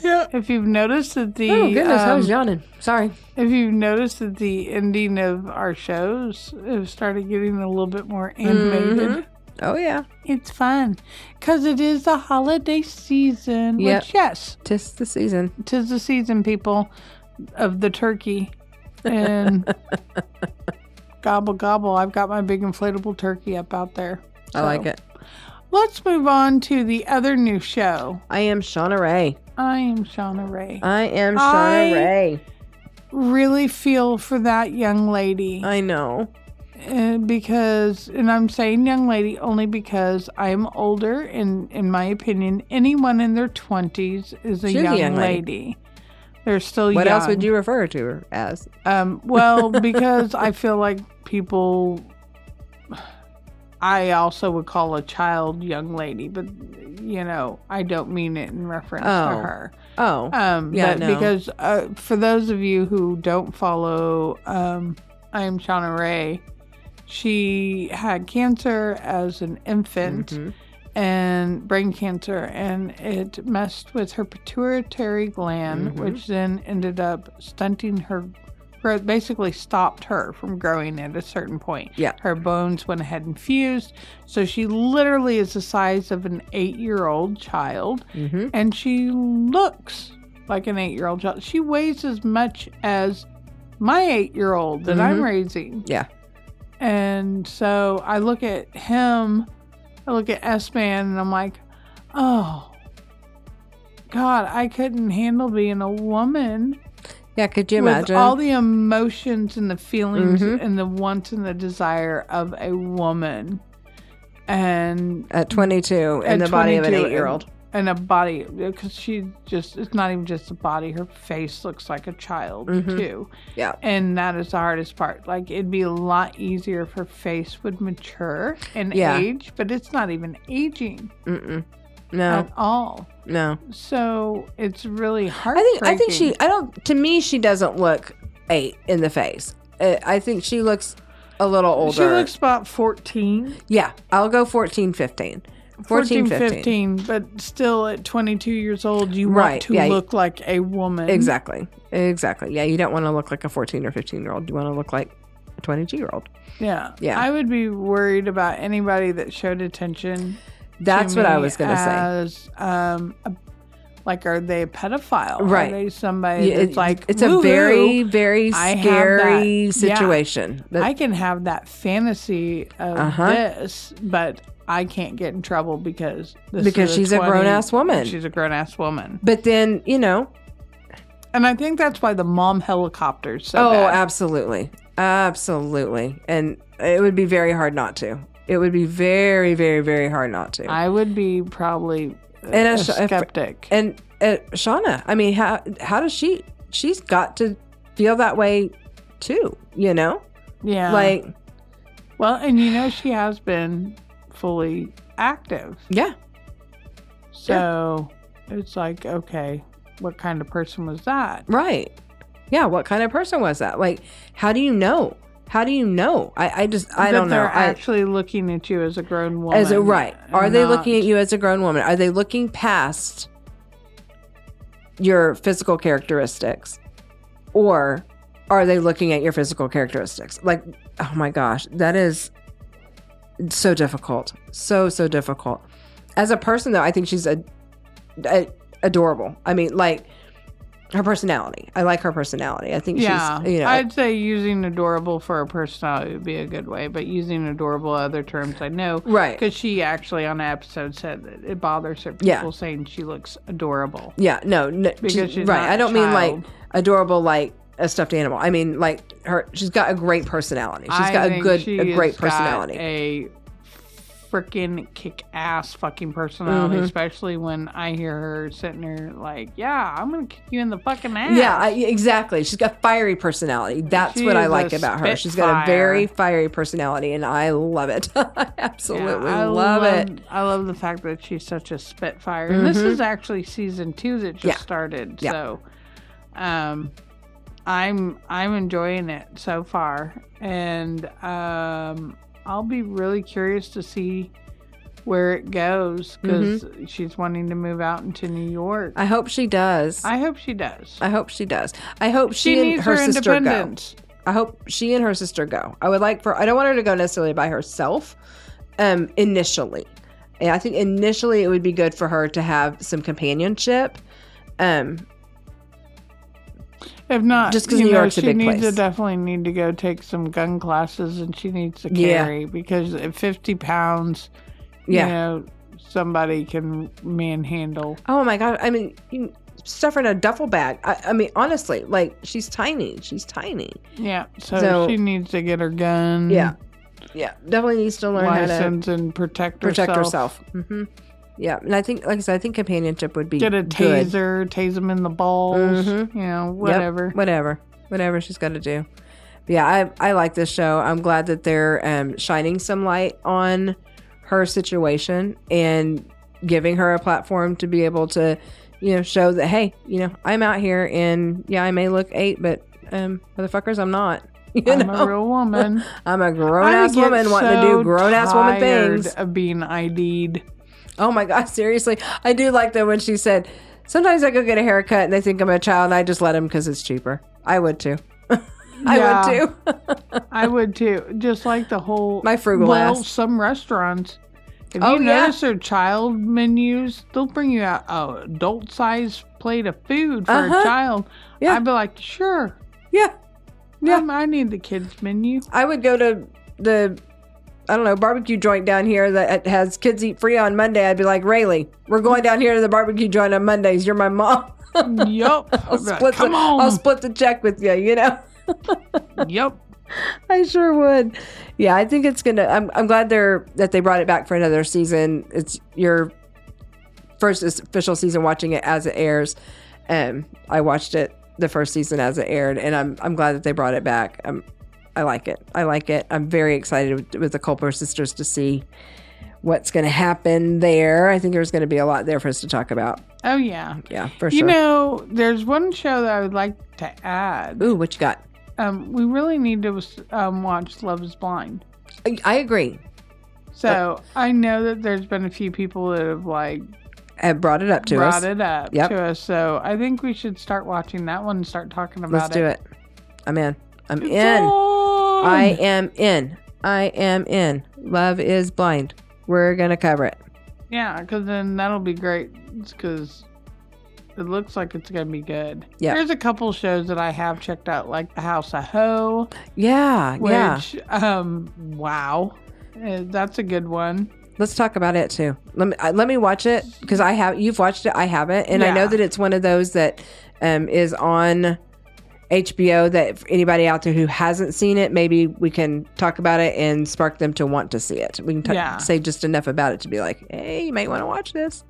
Speaker 2: Yeah.
Speaker 1: If you've noticed that the
Speaker 2: Oh goodness, I was
Speaker 1: um,
Speaker 2: yawning. Sorry.
Speaker 1: if you've noticed that the ending of our shows have started getting a little bit more animated.
Speaker 2: Mhm. Oh yeah,
Speaker 1: It's fun because it is the holiday season.
Speaker 2: Yep.
Speaker 1: Which, yes,
Speaker 2: tis the season.
Speaker 1: tis the season, people, of the turkey.
Speaker 2: <laughs>
Speaker 1: And gobble, gobble. I've got my big inflatable turkey up out there.
Speaker 2: I like
Speaker 1: So,
Speaker 2: it.
Speaker 1: Let's move on to the other new show.
Speaker 2: I am Shauna Ray.
Speaker 1: I am Shauna Ray.
Speaker 2: I am Shauna
Speaker 1: I-
Speaker 2: Ray.
Speaker 1: really feel for that young lady.
Speaker 2: I know.
Speaker 1: and because and i'm saying young lady only because i'm older and in my opinion anyone in their 20s is a
Speaker 2: She's a
Speaker 1: young,
Speaker 2: young lady.
Speaker 1: lady. they're still
Speaker 2: What
Speaker 1: young
Speaker 2: else would you refer to her as?
Speaker 1: um
Speaker 2: <laughs>
Speaker 1: well because i feel like people i also would call a child young lady but you know i don't mean it in reference to
Speaker 2: Oh.
Speaker 1: her
Speaker 2: Oh,
Speaker 1: um,
Speaker 2: Yeah,
Speaker 1: but
Speaker 2: no.
Speaker 1: because uh, for those of you who don't follow, um, I am Shauna Ray. She had cancer as an infant
Speaker 2: Mhm.
Speaker 1: and brain cancer, and it messed with her pituitary gland,
Speaker 2: Mhm.
Speaker 1: which then ended up stunting her growth, basically stopped her from growing at a certain point.
Speaker 2: Yeah.
Speaker 1: Her bones went ahead and fused. So she literally is the size of an eight year old child
Speaker 2: Mhm.
Speaker 1: and she looks like an eight year old child. She weighs as much as my eight year old that I'm
Speaker 2: Mhm.
Speaker 1: raising.
Speaker 2: Yeah.
Speaker 1: And so I look at him, I look at S Man, and I'm like, oh, God, I couldn't handle being a woman
Speaker 2: Yeah, could you
Speaker 1: with
Speaker 2: imagine?
Speaker 1: all the emotions and the feelings
Speaker 2: Mhm.
Speaker 1: and the wants and the desire of a woman. And
Speaker 2: at 22 in
Speaker 1: at
Speaker 2: the body of an
Speaker 1: 22
Speaker 2: eight year old.
Speaker 1: and a body because she just it's not even just a body her face looks like a child
Speaker 2: Mhm.
Speaker 1: too
Speaker 2: Yeah.
Speaker 1: and that is the hardest part like it'd be a lot easier if her face would mature and
Speaker 2: Yeah.
Speaker 1: age but it's not even aging
Speaker 2: Mm-mm. No,
Speaker 1: at all
Speaker 2: no.
Speaker 1: so it's really hard
Speaker 2: I think I think she. I don't. To me, she doesn't look eight in the face. Uh, I think she looks a little older.
Speaker 1: she looks about 14
Speaker 2: Yeah, I'll go 14, 15.
Speaker 1: 14,
Speaker 2: 14,
Speaker 1: 15
Speaker 2: 15.
Speaker 1: but still at 22 years old you
Speaker 2: Right,
Speaker 1: want to
Speaker 2: yeah, you-
Speaker 1: look like a woman
Speaker 2: Exactly. Exactly. Yeah, you don't want to look like a 14 or 15 year old. You want to look like a 22 year old.
Speaker 1: yeah
Speaker 2: Yeah.
Speaker 1: i would be worried about anybody that showed attention
Speaker 2: That's what I was going to say.
Speaker 1: say. Um, a- like, are they a pedophile?
Speaker 2: Right.
Speaker 1: Are they somebody
Speaker 2: Yeah,
Speaker 1: that's
Speaker 2: it-
Speaker 1: like,
Speaker 2: it's a
Speaker 1: "Woo-hoo,
Speaker 2: very, very
Speaker 1: I have
Speaker 2: scary
Speaker 1: that. Yeah.
Speaker 2: situation. That-
Speaker 1: I can have that fantasy of
Speaker 2: Uh-huh.
Speaker 1: this, but I can't get in trouble because this
Speaker 2: Because
Speaker 1: is
Speaker 2: she's a
Speaker 1: 20
Speaker 2: grown-ass woman.
Speaker 1: She's a grown ass woman,
Speaker 2: but then, you know,
Speaker 1: and I think that's why the mom helicopters. So
Speaker 2: oh,
Speaker 1: bad.
Speaker 2: absolutely. Absolutely. And it would be very hard not to. It would be very, very, very hard not to.
Speaker 1: I would be probably
Speaker 2: And
Speaker 1: a,
Speaker 2: a sh- a fr-
Speaker 1: skeptic.
Speaker 2: and uh, Shauna, I mean, how how does she? She's got to feel that way too, you know.
Speaker 1: yeah,
Speaker 2: Like,
Speaker 1: well, and you know she has been fully active.
Speaker 2: yeah,
Speaker 1: So it's like, okay, what kind of person was that?
Speaker 2: right, yeah. What kind of person was that? Like, how do you know? How do you know? I, I just I
Speaker 1: That
Speaker 2: don't know.
Speaker 1: They're
Speaker 2: I,
Speaker 1: actually looking at you as a grown woman.
Speaker 2: as a, right, are
Speaker 1: and
Speaker 2: they
Speaker 1: not-
Speaker 2: looking at you as a grown woman? Are they looking past your physical characteristics, or are they looking at your physical characteristics? Like, oh my gosh, that is so difficult. So, so difficult. As a person, though, I think she's a, a adorable. I mean, like her personality. I like her personality. I think
Speaker 1: Yeah,
Speaker 2: she's, you know,
Speaker 1: I'd say using adorable for a personality would be a good way, but using adorable other terms, I know
Speaker 2: right.
Speaker 1: because she actually on an episode said that it bothers her people
Speaker 2: Yeah.
Speaker 1: saying she looks adorable
Speaker 2: Yeah, no, no
Speaker 1: because
Speaker 2: she-
Speaker 1: she's
Speaker 2: right.
Speaker 1: not
Speaker 2: I
Speaker 1: a
Speaker 2: don't mean like
Speaker 1: child.
Speaker 2: adorable, like a stuffed animal. I mean like her. She's got a great personality. She's
Speaker 1: I
Speaker 2: got a
Speaker 1: think
Speaker 2: good,
Speaker 1: she
Speaker 2: a great
Speaker 1: has got
Speaker 2: personality.
Speaker 1: a freaking kick ass fucking personality,
Speaker 2: Mhm.
Speaker 1: especially when I hear her sitting there like, "Yeah, I'm gonna kick you in the fucking ass."
Speaker 2: yeah, I, exactly. She's got fiery personality. That's
Speaker 1: She
Speaker 2: what I
Speaker 1: is a
Speaker 2: like about her. She's got a very fiery personality, and I love it. <laughs> I
Speaker 1: Yeah,
Speaker 2: absolutely love, it.
Speaker 1: I love the fact that she's such a spitfire. And this
Speaker 2: Mhm.
Speaker 1: is actually season two that just
Speaker 2: Yeah.
Speaker 1: started.
Speaker 2: Yeah.
Speaker 1: So um I'm I'm enjoying it so far. And um I'll be really curious to see where it goes because she's wanting to move out into New York. I,
Speaker 2: Mm-hmm. I hope she does. I,
Speaker 1: hope she does.
Speaker 2: hope she does. I hope she,
Speaker 1: she,
Speaker 2: and
Speaker 1: needs
Speaker 2: her,
Speaker 1: her,
Speaker 2: sister go.
Speaker 1: independence.
Speaker 2: I hope she and her sister go. I would like for I don't want her to go necessarily by herself um initially. And I think initially it would be good for her to have some companionship. Um
Speaker 1: If not,
Speaker 2: Just 'cause
Speaker 1: you
Speaker 2: New
Speaker 1: know,
Speaker 2: York's a
Speaker 1: she
Speaker 2: big
Speaker 1: needs
Speaker 2: place.
Speaker 1: to definitely need to go take some gun classes, and she needs to
Speaker 2: Yeah.
Speaker 1: carry because at fifty pounds,
Speaker 2: yeah.
Speaker 1: you know, somebody can manhandle.
Speaker 2: Oh my god. I mean, you stuff her in a duffel bag. I, I mean, honestly, like she's tiny. She's tiny.
Speaker 1: Yeah, so,
Speaker 2: So-
Speaker 1: she needs to get her gun,
Speaker 2: Yeah. Yeah. Definitely needs to learn how to
Speaker 1: license and protect
Speaker 2: protect
Speaker 1: herself.
Speaker 2: herself. hmm Yeah. And I think like I said, I think companionship would be
Speaker 1: Get a
Speaker 2: good.
Speaker 1: taser, tase them in the balls,
Speaker 2: Mhm.
Speaker 1: you know,
Speaker 2: Yep.
Speaker 1: whatever.
Speaker 2: whatever, whatever she's got to do. But yeah, I I like this show. I'm glad that they're um, shining some light on her situation and giving her a platform to be able to, you know, show that hey, you know, I'm out here and yeah, I may look eight, but um, motherfuckers, I'm not. <laughs> You
Speaker 1: I'm
Speaker 2: know,
Speaker 1: a real woman.
Speaker 2: I'm a <laughs> grown ass
Speaker 1: I get
Speaker 2: woman wanting to
Speaker 1: so
Speaker 2: do grown ass woman
Speaker 1: tired
Speaker 2: things.
Speaker 1: Of being ID'd.
Speaker 2: Oh my god, <laughs> seriously, I do like that when she said. Sometimes I go get a haircut and they think I'm a child. and I just let them because it's cheaper. I would too. <laughs> I
Speaker 1: Yeah.
Speaker 2: would too. <laughs>
Speaker 1: I would too. Just like the whole
Speaker 2: My frugal
Speaker 1: well,
Speaker 2: ass.
Speaker 1: some restaurants. If
Speaker 2: Oh,
Speaker 1: you
Speaker 2: yeah.
Speaker 1: notice their child menus, they'll bring you out a adult sized plate of food for
Speaker 2: Uh-huh.
Speaker 1: a child.
Speaker 2: Yeah.
Speaker 1: I'd be like, sure.
Speaker 2: Yeah. Yeah.
Speaker 1: Um, I need the kids menu.
Speaker 2: I would go to the I don't know barbecue joint down here that uh, has kids eat free on Monday, I'd be like, Rayleigh, we're going down here to the barbecue joint on Mondays. You're my mom. <laughs>
Speaker 1: Yup.
Speaker 2: <laughs> I'll split
Speaker 1: Come
Speaker 2: the,
Speaker 1: on.
Speaker 2: I'll split the check with you. You know,
Speaker 1: Yup.
Speaker 2: <laughs> I sure would. Yeah, I think it's gonna. I'm I'm glad they're that they brought it back for another season. It's your first official season watching it as it airs. Um, I watched it the first season as it aired, and I'm I'm glad that they brought it back. Um, I like it. I like it. I'm very excited with, with the Culper sisters to see what's going to happen there. I think there's going to be a lot there for us to talk about.
Speaker 1: Oh yeah.
Speaker 2: Yeah, for
Speaker 1: You
Speaker 2: sure.
Speaker 1: know, there's one show that I would like to add.
Speaker 2: Ooh, what you got?
Speaker 1: Um, we really need to um, watch Love Is Blind.
Speaker 2: I, I agree. Uh
Speaker 1: So I know that there's been a few people that have like
Speaker 2: I brought it up to
Speaker 1: brought
Speaker 2: us.
Speaker 1: it up
Speaker 2: Yep.
Speaker 1: to us. So I think we should start watching that one and start talking about
Speaker 2: Let's do
Speaker 1: it.
Speaker 2: it. I'm in. I'm
Speaker 1: It's
Speaker 2: in.
Speaker 1: on!
Speaker 2: I am in. I am in. Love is blind. We're gonna cover it.
Speaker 1: yeah, because then that'll be great. Because it looks like it's gonna be good.
Speaker 2: Yeah.
Speaker 1: there's a couple shows that I have checked out, like The House of Ho,
Speaker 2: Yeah, yeah.
Speaker 1: which um, wow, Uh, that's a good one.
Speaker 2: Let's talk about it too. Let me I, let me watch it because I have. You've watched it. I haven't, and I
Speaker 1: Yeah.
Speaker 2: know that it's one of those that um, is on HBO. That if anybody out there who hasn't seen it, maybe we can talk about it and spark them to want to see it. We can ta-
Speaker 1: Yeah.
Speaker 2: say just enough about it to be like, hey, you might want to watch this.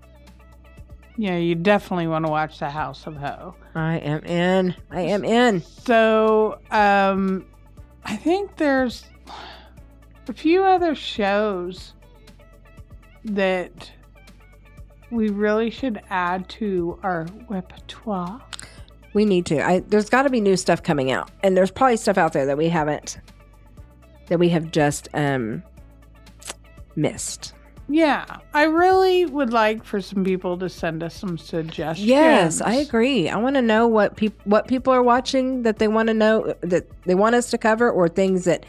Speaker 1: Yeah, you definitely want to watch The House of Ho.
Speaker 2: I am in. I am in.
Speaker 1: So, um, I think there's a few other shows that we really should add to our repertoire.
Speaker 2: We need to. I, there's got to be new stuff coming out, and there's probably stuff out there that we haven't, that we have just um missed.
Speaker 1: Yeah, I really would like for some people to send us some suggestions.
Speaker 2: Yes, I agree. I want to know what people what people are watching that they want to know that they want us to cover, or things that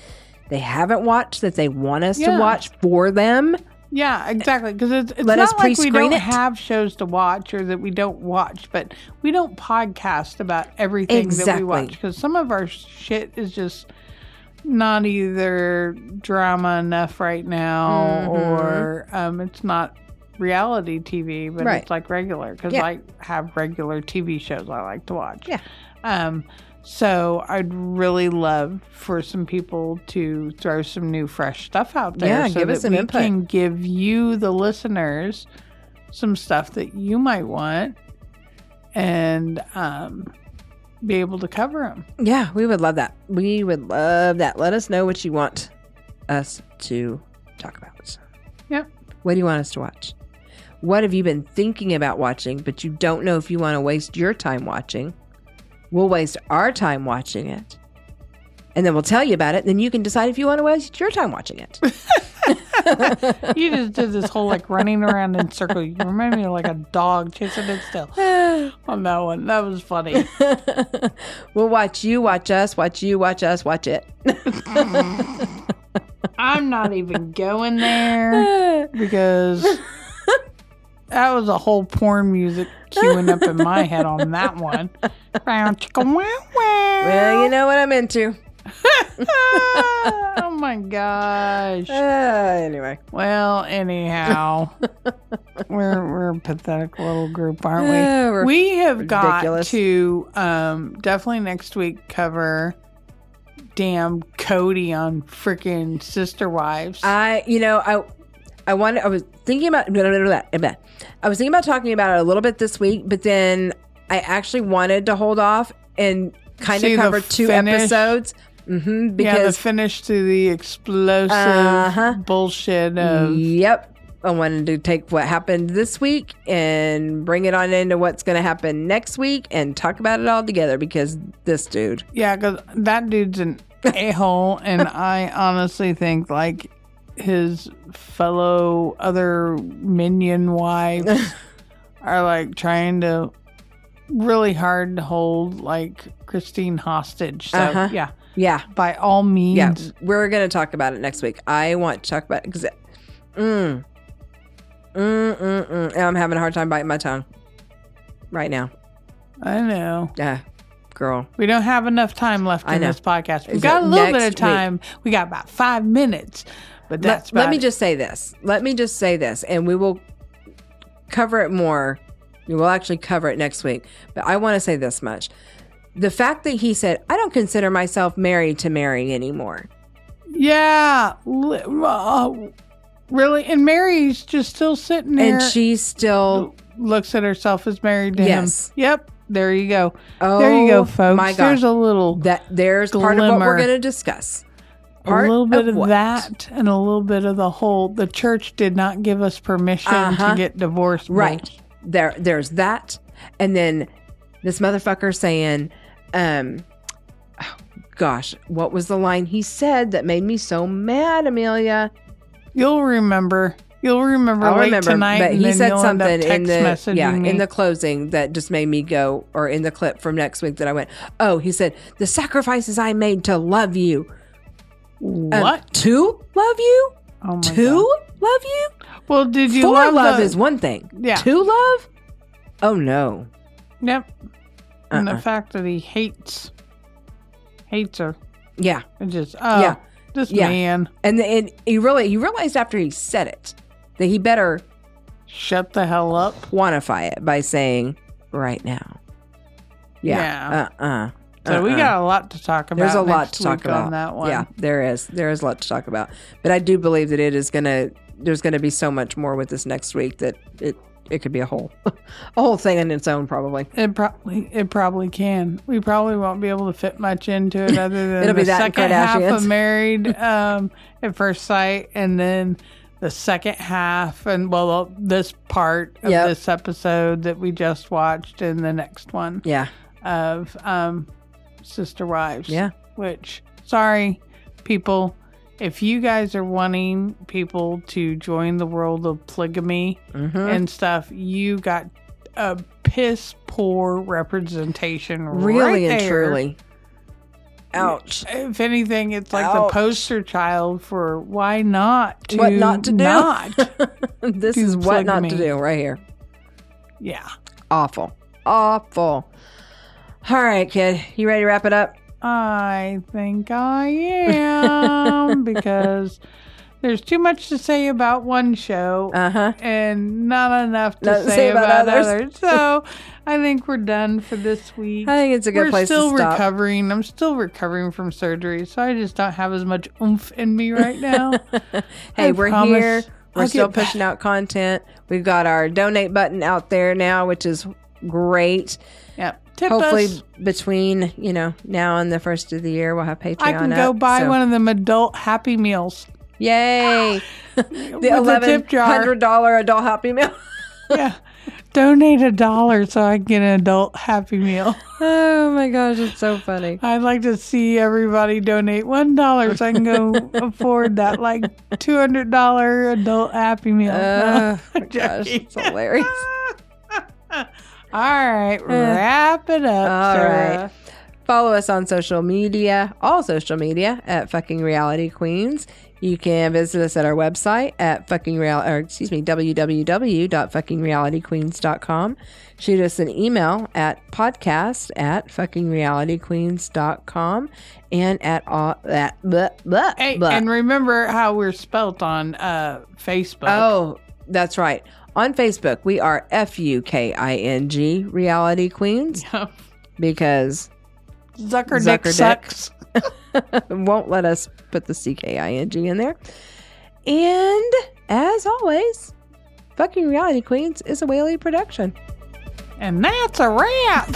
Speaker 2: they haven't watched that they want us
Speaker 1: Yeah.
Speaker 2: to watch for them.
Speaker 1: Yeah, exactly. Because it's, it's
Speaker 2: Let
Speaker 1: not
Speaker 2: us
Speaker 1: like we
Speaker 2: pre-screen
Speaker 1: don't
Speaker 2: it.
Speaker 1: have shows to watch or that we don't watch, but we don't podcast about everything that we
Speaker 2: Exactly.
Speaker 1: watch because some of our shit is just not either drama enough right now
Speaker 2: Mhm.
Speaker 1: or um, it's not reality TV, but
Speaker 2: Right.
Speaker 1: it's like regular because
Speaker 2: Yeah.
Speaker 1: I have regular TV shows I like to watch.
Speaker 2: Yeah.
Speaker 1: Um, so I'd really love for some people to throw some new, fresh stuff out there.
Speaker 2: Yeah,
Speaker 1: so
Speaker 2: give us
Speaker 1: that
Speaker 2: some
Speaker 1: we
Speaker 2: input.
Speaker 1: Can give you the listeners some stuff that you might want, and um, be able to cover
Speaker 2: <laughs>
Speaker 1: them.
Speaker 2: Yeah, we would love that. We would love that. Let us know what you want us to talk about.
Speaker 1: Yep.
Speaker 2: What do you want us to watch? What have you been thinking about watching, but you don't know if you want to waste your time watching? We'll waste our time watching it. And then we'll tell you about it. Then you can decide if you want to waste your time watching it.
Speaker 1: you just did this whole like running around in circle. You remind me of like a dog chasing its
Speaker 2: <sighs>
Speaker 1: tail on that one. That was funny.
Speaker 2: <laughs> we'll watch you, watch us, watch you, watch us, watch it.
Speaker 1: I'm not even going
Speaker 2: <laughs>
Speaker 1: there. because that was a whole porn music queuing up in my head on
Speaker 2: <laughs>
Speaker 1: that one. Brown chicken wow
Speaker 2: well,
Speaker 1: wow.
Speaker 2: you know what I'm into.
Speaker 1: oh my
Speaker 2: Uh,
Speaker 1: gosh.
Speaker 2: anyway.
Speaker 1: Well,
Speaker 2: <laughs>
Speaker 1: anyhow, we're we're a pathetic little group, aren't we?
Speaker 2: Uh, we're-
Speaker 1: we have got
Speaker 2: ridiculous.
Speaker 1: to um, definitely next week cover damn Cody on freaking Sister Wives.
Speaker 2: I, you know, I, I wanted. I was thinking about. Blah, blah, blah, blah, blah. I was thinking about talking about it a little bit this week, but then I actually wanted to hold off and kind
Speaker 1: See the
Speaker 2: of cover two
Speaker 1: finish?
Speaker 2: episodes. hmm
Speaker 1: yeah, the
Speaker 2: because
Speaker 1: finish to the explosive
Speaker 2: Uh-huh.
Speaker 1: bullshit of
Speaker 2: yep, I wanted to take what happened this week and bring it on into what's going to happen next week and talk about it all together because this dude.
Speaker 1: Yeah, because that dude's
Speaker 2: <laughs>
Speaker 1: an a hole, and I honestly think like his fellow other minion
Speaker 2: <laughs>
Speaker 1: wives are like trying to really hard to hold like Christine hostage. So
Speaker 2: Uh-huh.
Speaker 1: yeah,
Speaker 2: Yeah,
Speaker 1: by all means,
Speaker 2: yeah, we're going to talk about it next week. I want to talk about it because. Mm, mm, mm, mm. And I'm having a hard time biting my tongue right now.
Speaker 1: I know
Speaker 2: Yeah, girl.
Speaker 1: we don't have enough time left
Speaker 2: I
Speaker 1: in
Speaker 2: know.
Speaker 1: this podcast. We
Speaker 2: Is
Speaker 1: got
Speaker 2: it
Speaker 1: a little bit
Speaker 2: next
Speaker 1: of
Speaker 2: week?
Speaker 1: time. We got about five minutes. But
Speaker 2: Let-
Speaker 1: that's
Speaker 2: let,
Speaker 1: about
Speaker 2: me
Speaker 1: it.
Speaker 2: just say this. Let me just say this, and we will cover it more. We will actually cover it next week. But I want to say this much: the fact that he said, "I don't consider myself married to Mary anymore."
Speaker 1: yeah, li- well, really. And Mary's just still sitting there,
Speaker 2: And she's still,
Speaker 1: looks at herself as married to
Speaker 2: Yes.
Speaker 1: him. Yep, there you go.
Speaker 2: oh,
Speaker 1: there you go, folks.
Speaker 2: My gosh,
Speaker 1: There's a little,
Speaker 2: that there's part of what
Speaker 1: glimmer.
Speaker 2: we're going to discuss.
Speaker 1: a little bit of,
Speaker 2: what?
Speaker 1: that, and a little bit of the whole. The church did not give us permission
Speaker 2: Uh-huh.
Speaker 1: to get divorced.
Speaker 2: Right.
Speaker 1: bullsh-
Speaker 2: There, there's that, and then this motherfucker saying, um, oh, "Gosh, what was the line he said that made me so mad, Amelia?"
Speaker 1: You'll remember. You'll remember.
Speaker 2: I'll
Speaker 1: late
Speaker 2: remember,
Speaker 1: tonight.
Speaker 2: but
Speaker 1: and
Speaker 2: he
Speaker 1: then
Speaker 2: said
Speaker 1: you'll end up
Speaker 2: something in
Speaker 1: text
Speaker 2: the yeah
Speaker 1: messaging me.
Speaker 2: in the closing that just made me go, or in the clip from next week that I went, "Oh," he said, "The sacrifices I made to love you, Um,
Speaker 1: what?
Speaker 2: to love you,
Speaker 1: oh my
Speaker 2: to love you."
Speaker 1: God. Well, did you
Speaker 2: For
Speaker 1: love,
Speaker 2: love,
Speaker 1: the-
Speaker 2: is one thing.
Speaker 1: Yeah.
Speaker 2: To love? Oh no.
Speaker 1: Yep. And the
Speaker 2: Uh-uh.
Speaker 1: fact that he hates hates her.
Speaker 2: Yeah.
Speaker 1: And just oh
Speaker 2: Yeah.
Speaker 1: this
Speaker 2: Yeah.
Speaker 1: man.
Speaker 2: And and he really he realized after he said it that he better
Speaker 1: Shut the hell up.
Speaker 2: quantify it by saying right now. Yeah. Uh uh
Speaker 1: So we got a lot to talk about.
Speaker 2: There's a lot
Speaker 1: next
Speaker 2: to talk
Speaker 1: week on
Speaker 2: about.
Speaker 1: that one.
Speaker 2: Yeah, there is. There is a lot to talk about. But I do believe that it is gonna there's gonna be so much more with this next week that it it could be a whole <laughs> a whole thing on its own probably.
Speaker 1: It probably it probably can. We probably won't be able to fit much into
Speaker 2: <laughs>
Speaker 1: it other than
Speaker 2: It'll
Speaker 1: the
Speaker 2: be that and
Speaker 1: second half of
Speaker 2: Kardashians. <laughs>
Speaker 1: married um, at first sight, and then the second half, and well, this part of
Speaker 2: Yep.
Speaker 1: this episode that we just watched, and the next one
Speaker 2: Yeah.
Speaker 1: of um, Sister Wives.
Speaker 2: Yeah.
Speaker 1: Which, sorry, people, if you guys are wanting people to join the world of polygamy
Speaker 2: Mm-hmm.
Speaker 1: and stuff, you got a piss poor representation.
Speaker 2: really
Speaker 1: right
Speaker 2: and
Speaker 1: there.
Speaker 2: truly. Ouch.
Speaker 1: If anything, it's like
Speaker 2: Ouch.
Speaker 1: the poster child for why not to
Speaker 2: what not to do. <laughs>
Speaker 1: not.
Speaker 2: this
Speaker 1: do
Speaker 2: is what not to
Speaker 1: polygamy.
Speaker 2: do right here.
Speaker 1: yeah,
Speaker 2: Awful. Awful. All right, kid. You ready to wrap it up?
Speaker 1: I think I
Speaker 2: <laughs>
Speaker 1: am because there's too much to say about one show.
Speaker 2: Uh huh.
Speaker 1: and not enough to
Speaker 2: Not
Speaker 1: say, about, others. So I think we're done for this week.
Speaker 2: I think it's a good
Speaker 1: We're
Speaker 2: place
Speaker 1: still
Speaker 2: to stop.
Speaker 1: recovering. I'm still recovering from surgery, so I just don't have as much oomph in me right now.
Speaker 2: <laughs> hey,
Speaker 1: I
Speaker 2: we're
Speaker 1: promise
Speaker 2: here. We're
Speaker 1: I'll
Speaker 2: still
Speaker 1: get back.
Speaker 2: pushing out content. We've got our donate button out there now, which is great.
Speaker 1: Yep. Tip
Speaker 2: Hopefully,
Speaker 1: us.
Speaker 2: between you know now and the first of the year, we'll have Patreon.
Speaker 1: I can go
Speaker 2: up,
Speaker 1: buy
Speaker 2: so-
Speaker 1: one of them adult Happy Meals.
Speaker 2: <laughs> Yay!
Speaker 1: with
Speaker 2: The eleven
Speaker 1: tip jar.
Speaker 2: hundred dollar adult happy meal.
Speaker 1: yeah. Donate a dollar so I can get an adult Happy Meal.
Speaker 2: oh my gosh, it's so funny.
Speaker 1: I'd like to see everybody donate one dollar so I can
Speaker 2: <laughs>
Speaker 1: go afford that like two hundred dollar adult Happy Meal. <laughs>
Speaker 2: Oh my <laughs> gosh,
Speaker 1: Jackie.
Speaker 2: it's hilarious.
Speaker 1: All
Speaker 2: Uh.
Speaker 1: right, wrap it up.
Speaker 2: All
Speaker 1: Sarah.
Speaker 2: right. Follow us on social media, all social media at fucking reality queens. You can visit us at our website at fucking real or excuse me, www.fuckingrealityqueens.com. Shoot us an email at podcast at fuckingrealityqueens.com and at all that blah, blah,
Speaker 1: Hey,
Speaker 2: blah.
Speaker 1: and remember how we're spelt on uh, Facebook.
Speaker 2: Oh, that's right. On Facebook, we are F U K I N G Reality Queens
Speaker 1: Yep.
Speaker 2: because
Speaker 1: <laughs> Zucker,
Speaker 2: Oh. Zucker
Speaker 1: dick
Speaker 2: dick.
Speaker 1: sucks.
Speaker 2: won't let us put the CKING in there. And as always, fucking Reality Queens is a Whaley production.
Speaker 1: And that's a
Speaker 2: <laughs>
Speaker 1: wrap.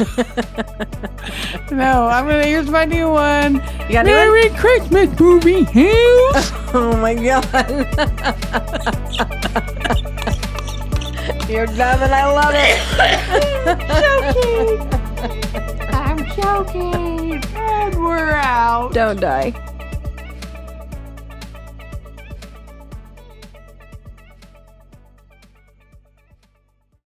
Speaker 1: no, I'm gonna. Here's my new one.
Speaker 2: You got a new
Speaker 1: Merry Christmas, movie
Speaker 2: <laughs>
Speaker 1: house.
Speaker 2: one? Oh my God. <laughs> You're dumb and I love it. <laughs>
Speaker 1: I'm joking. And we're out.
Speaker 2: Don't die.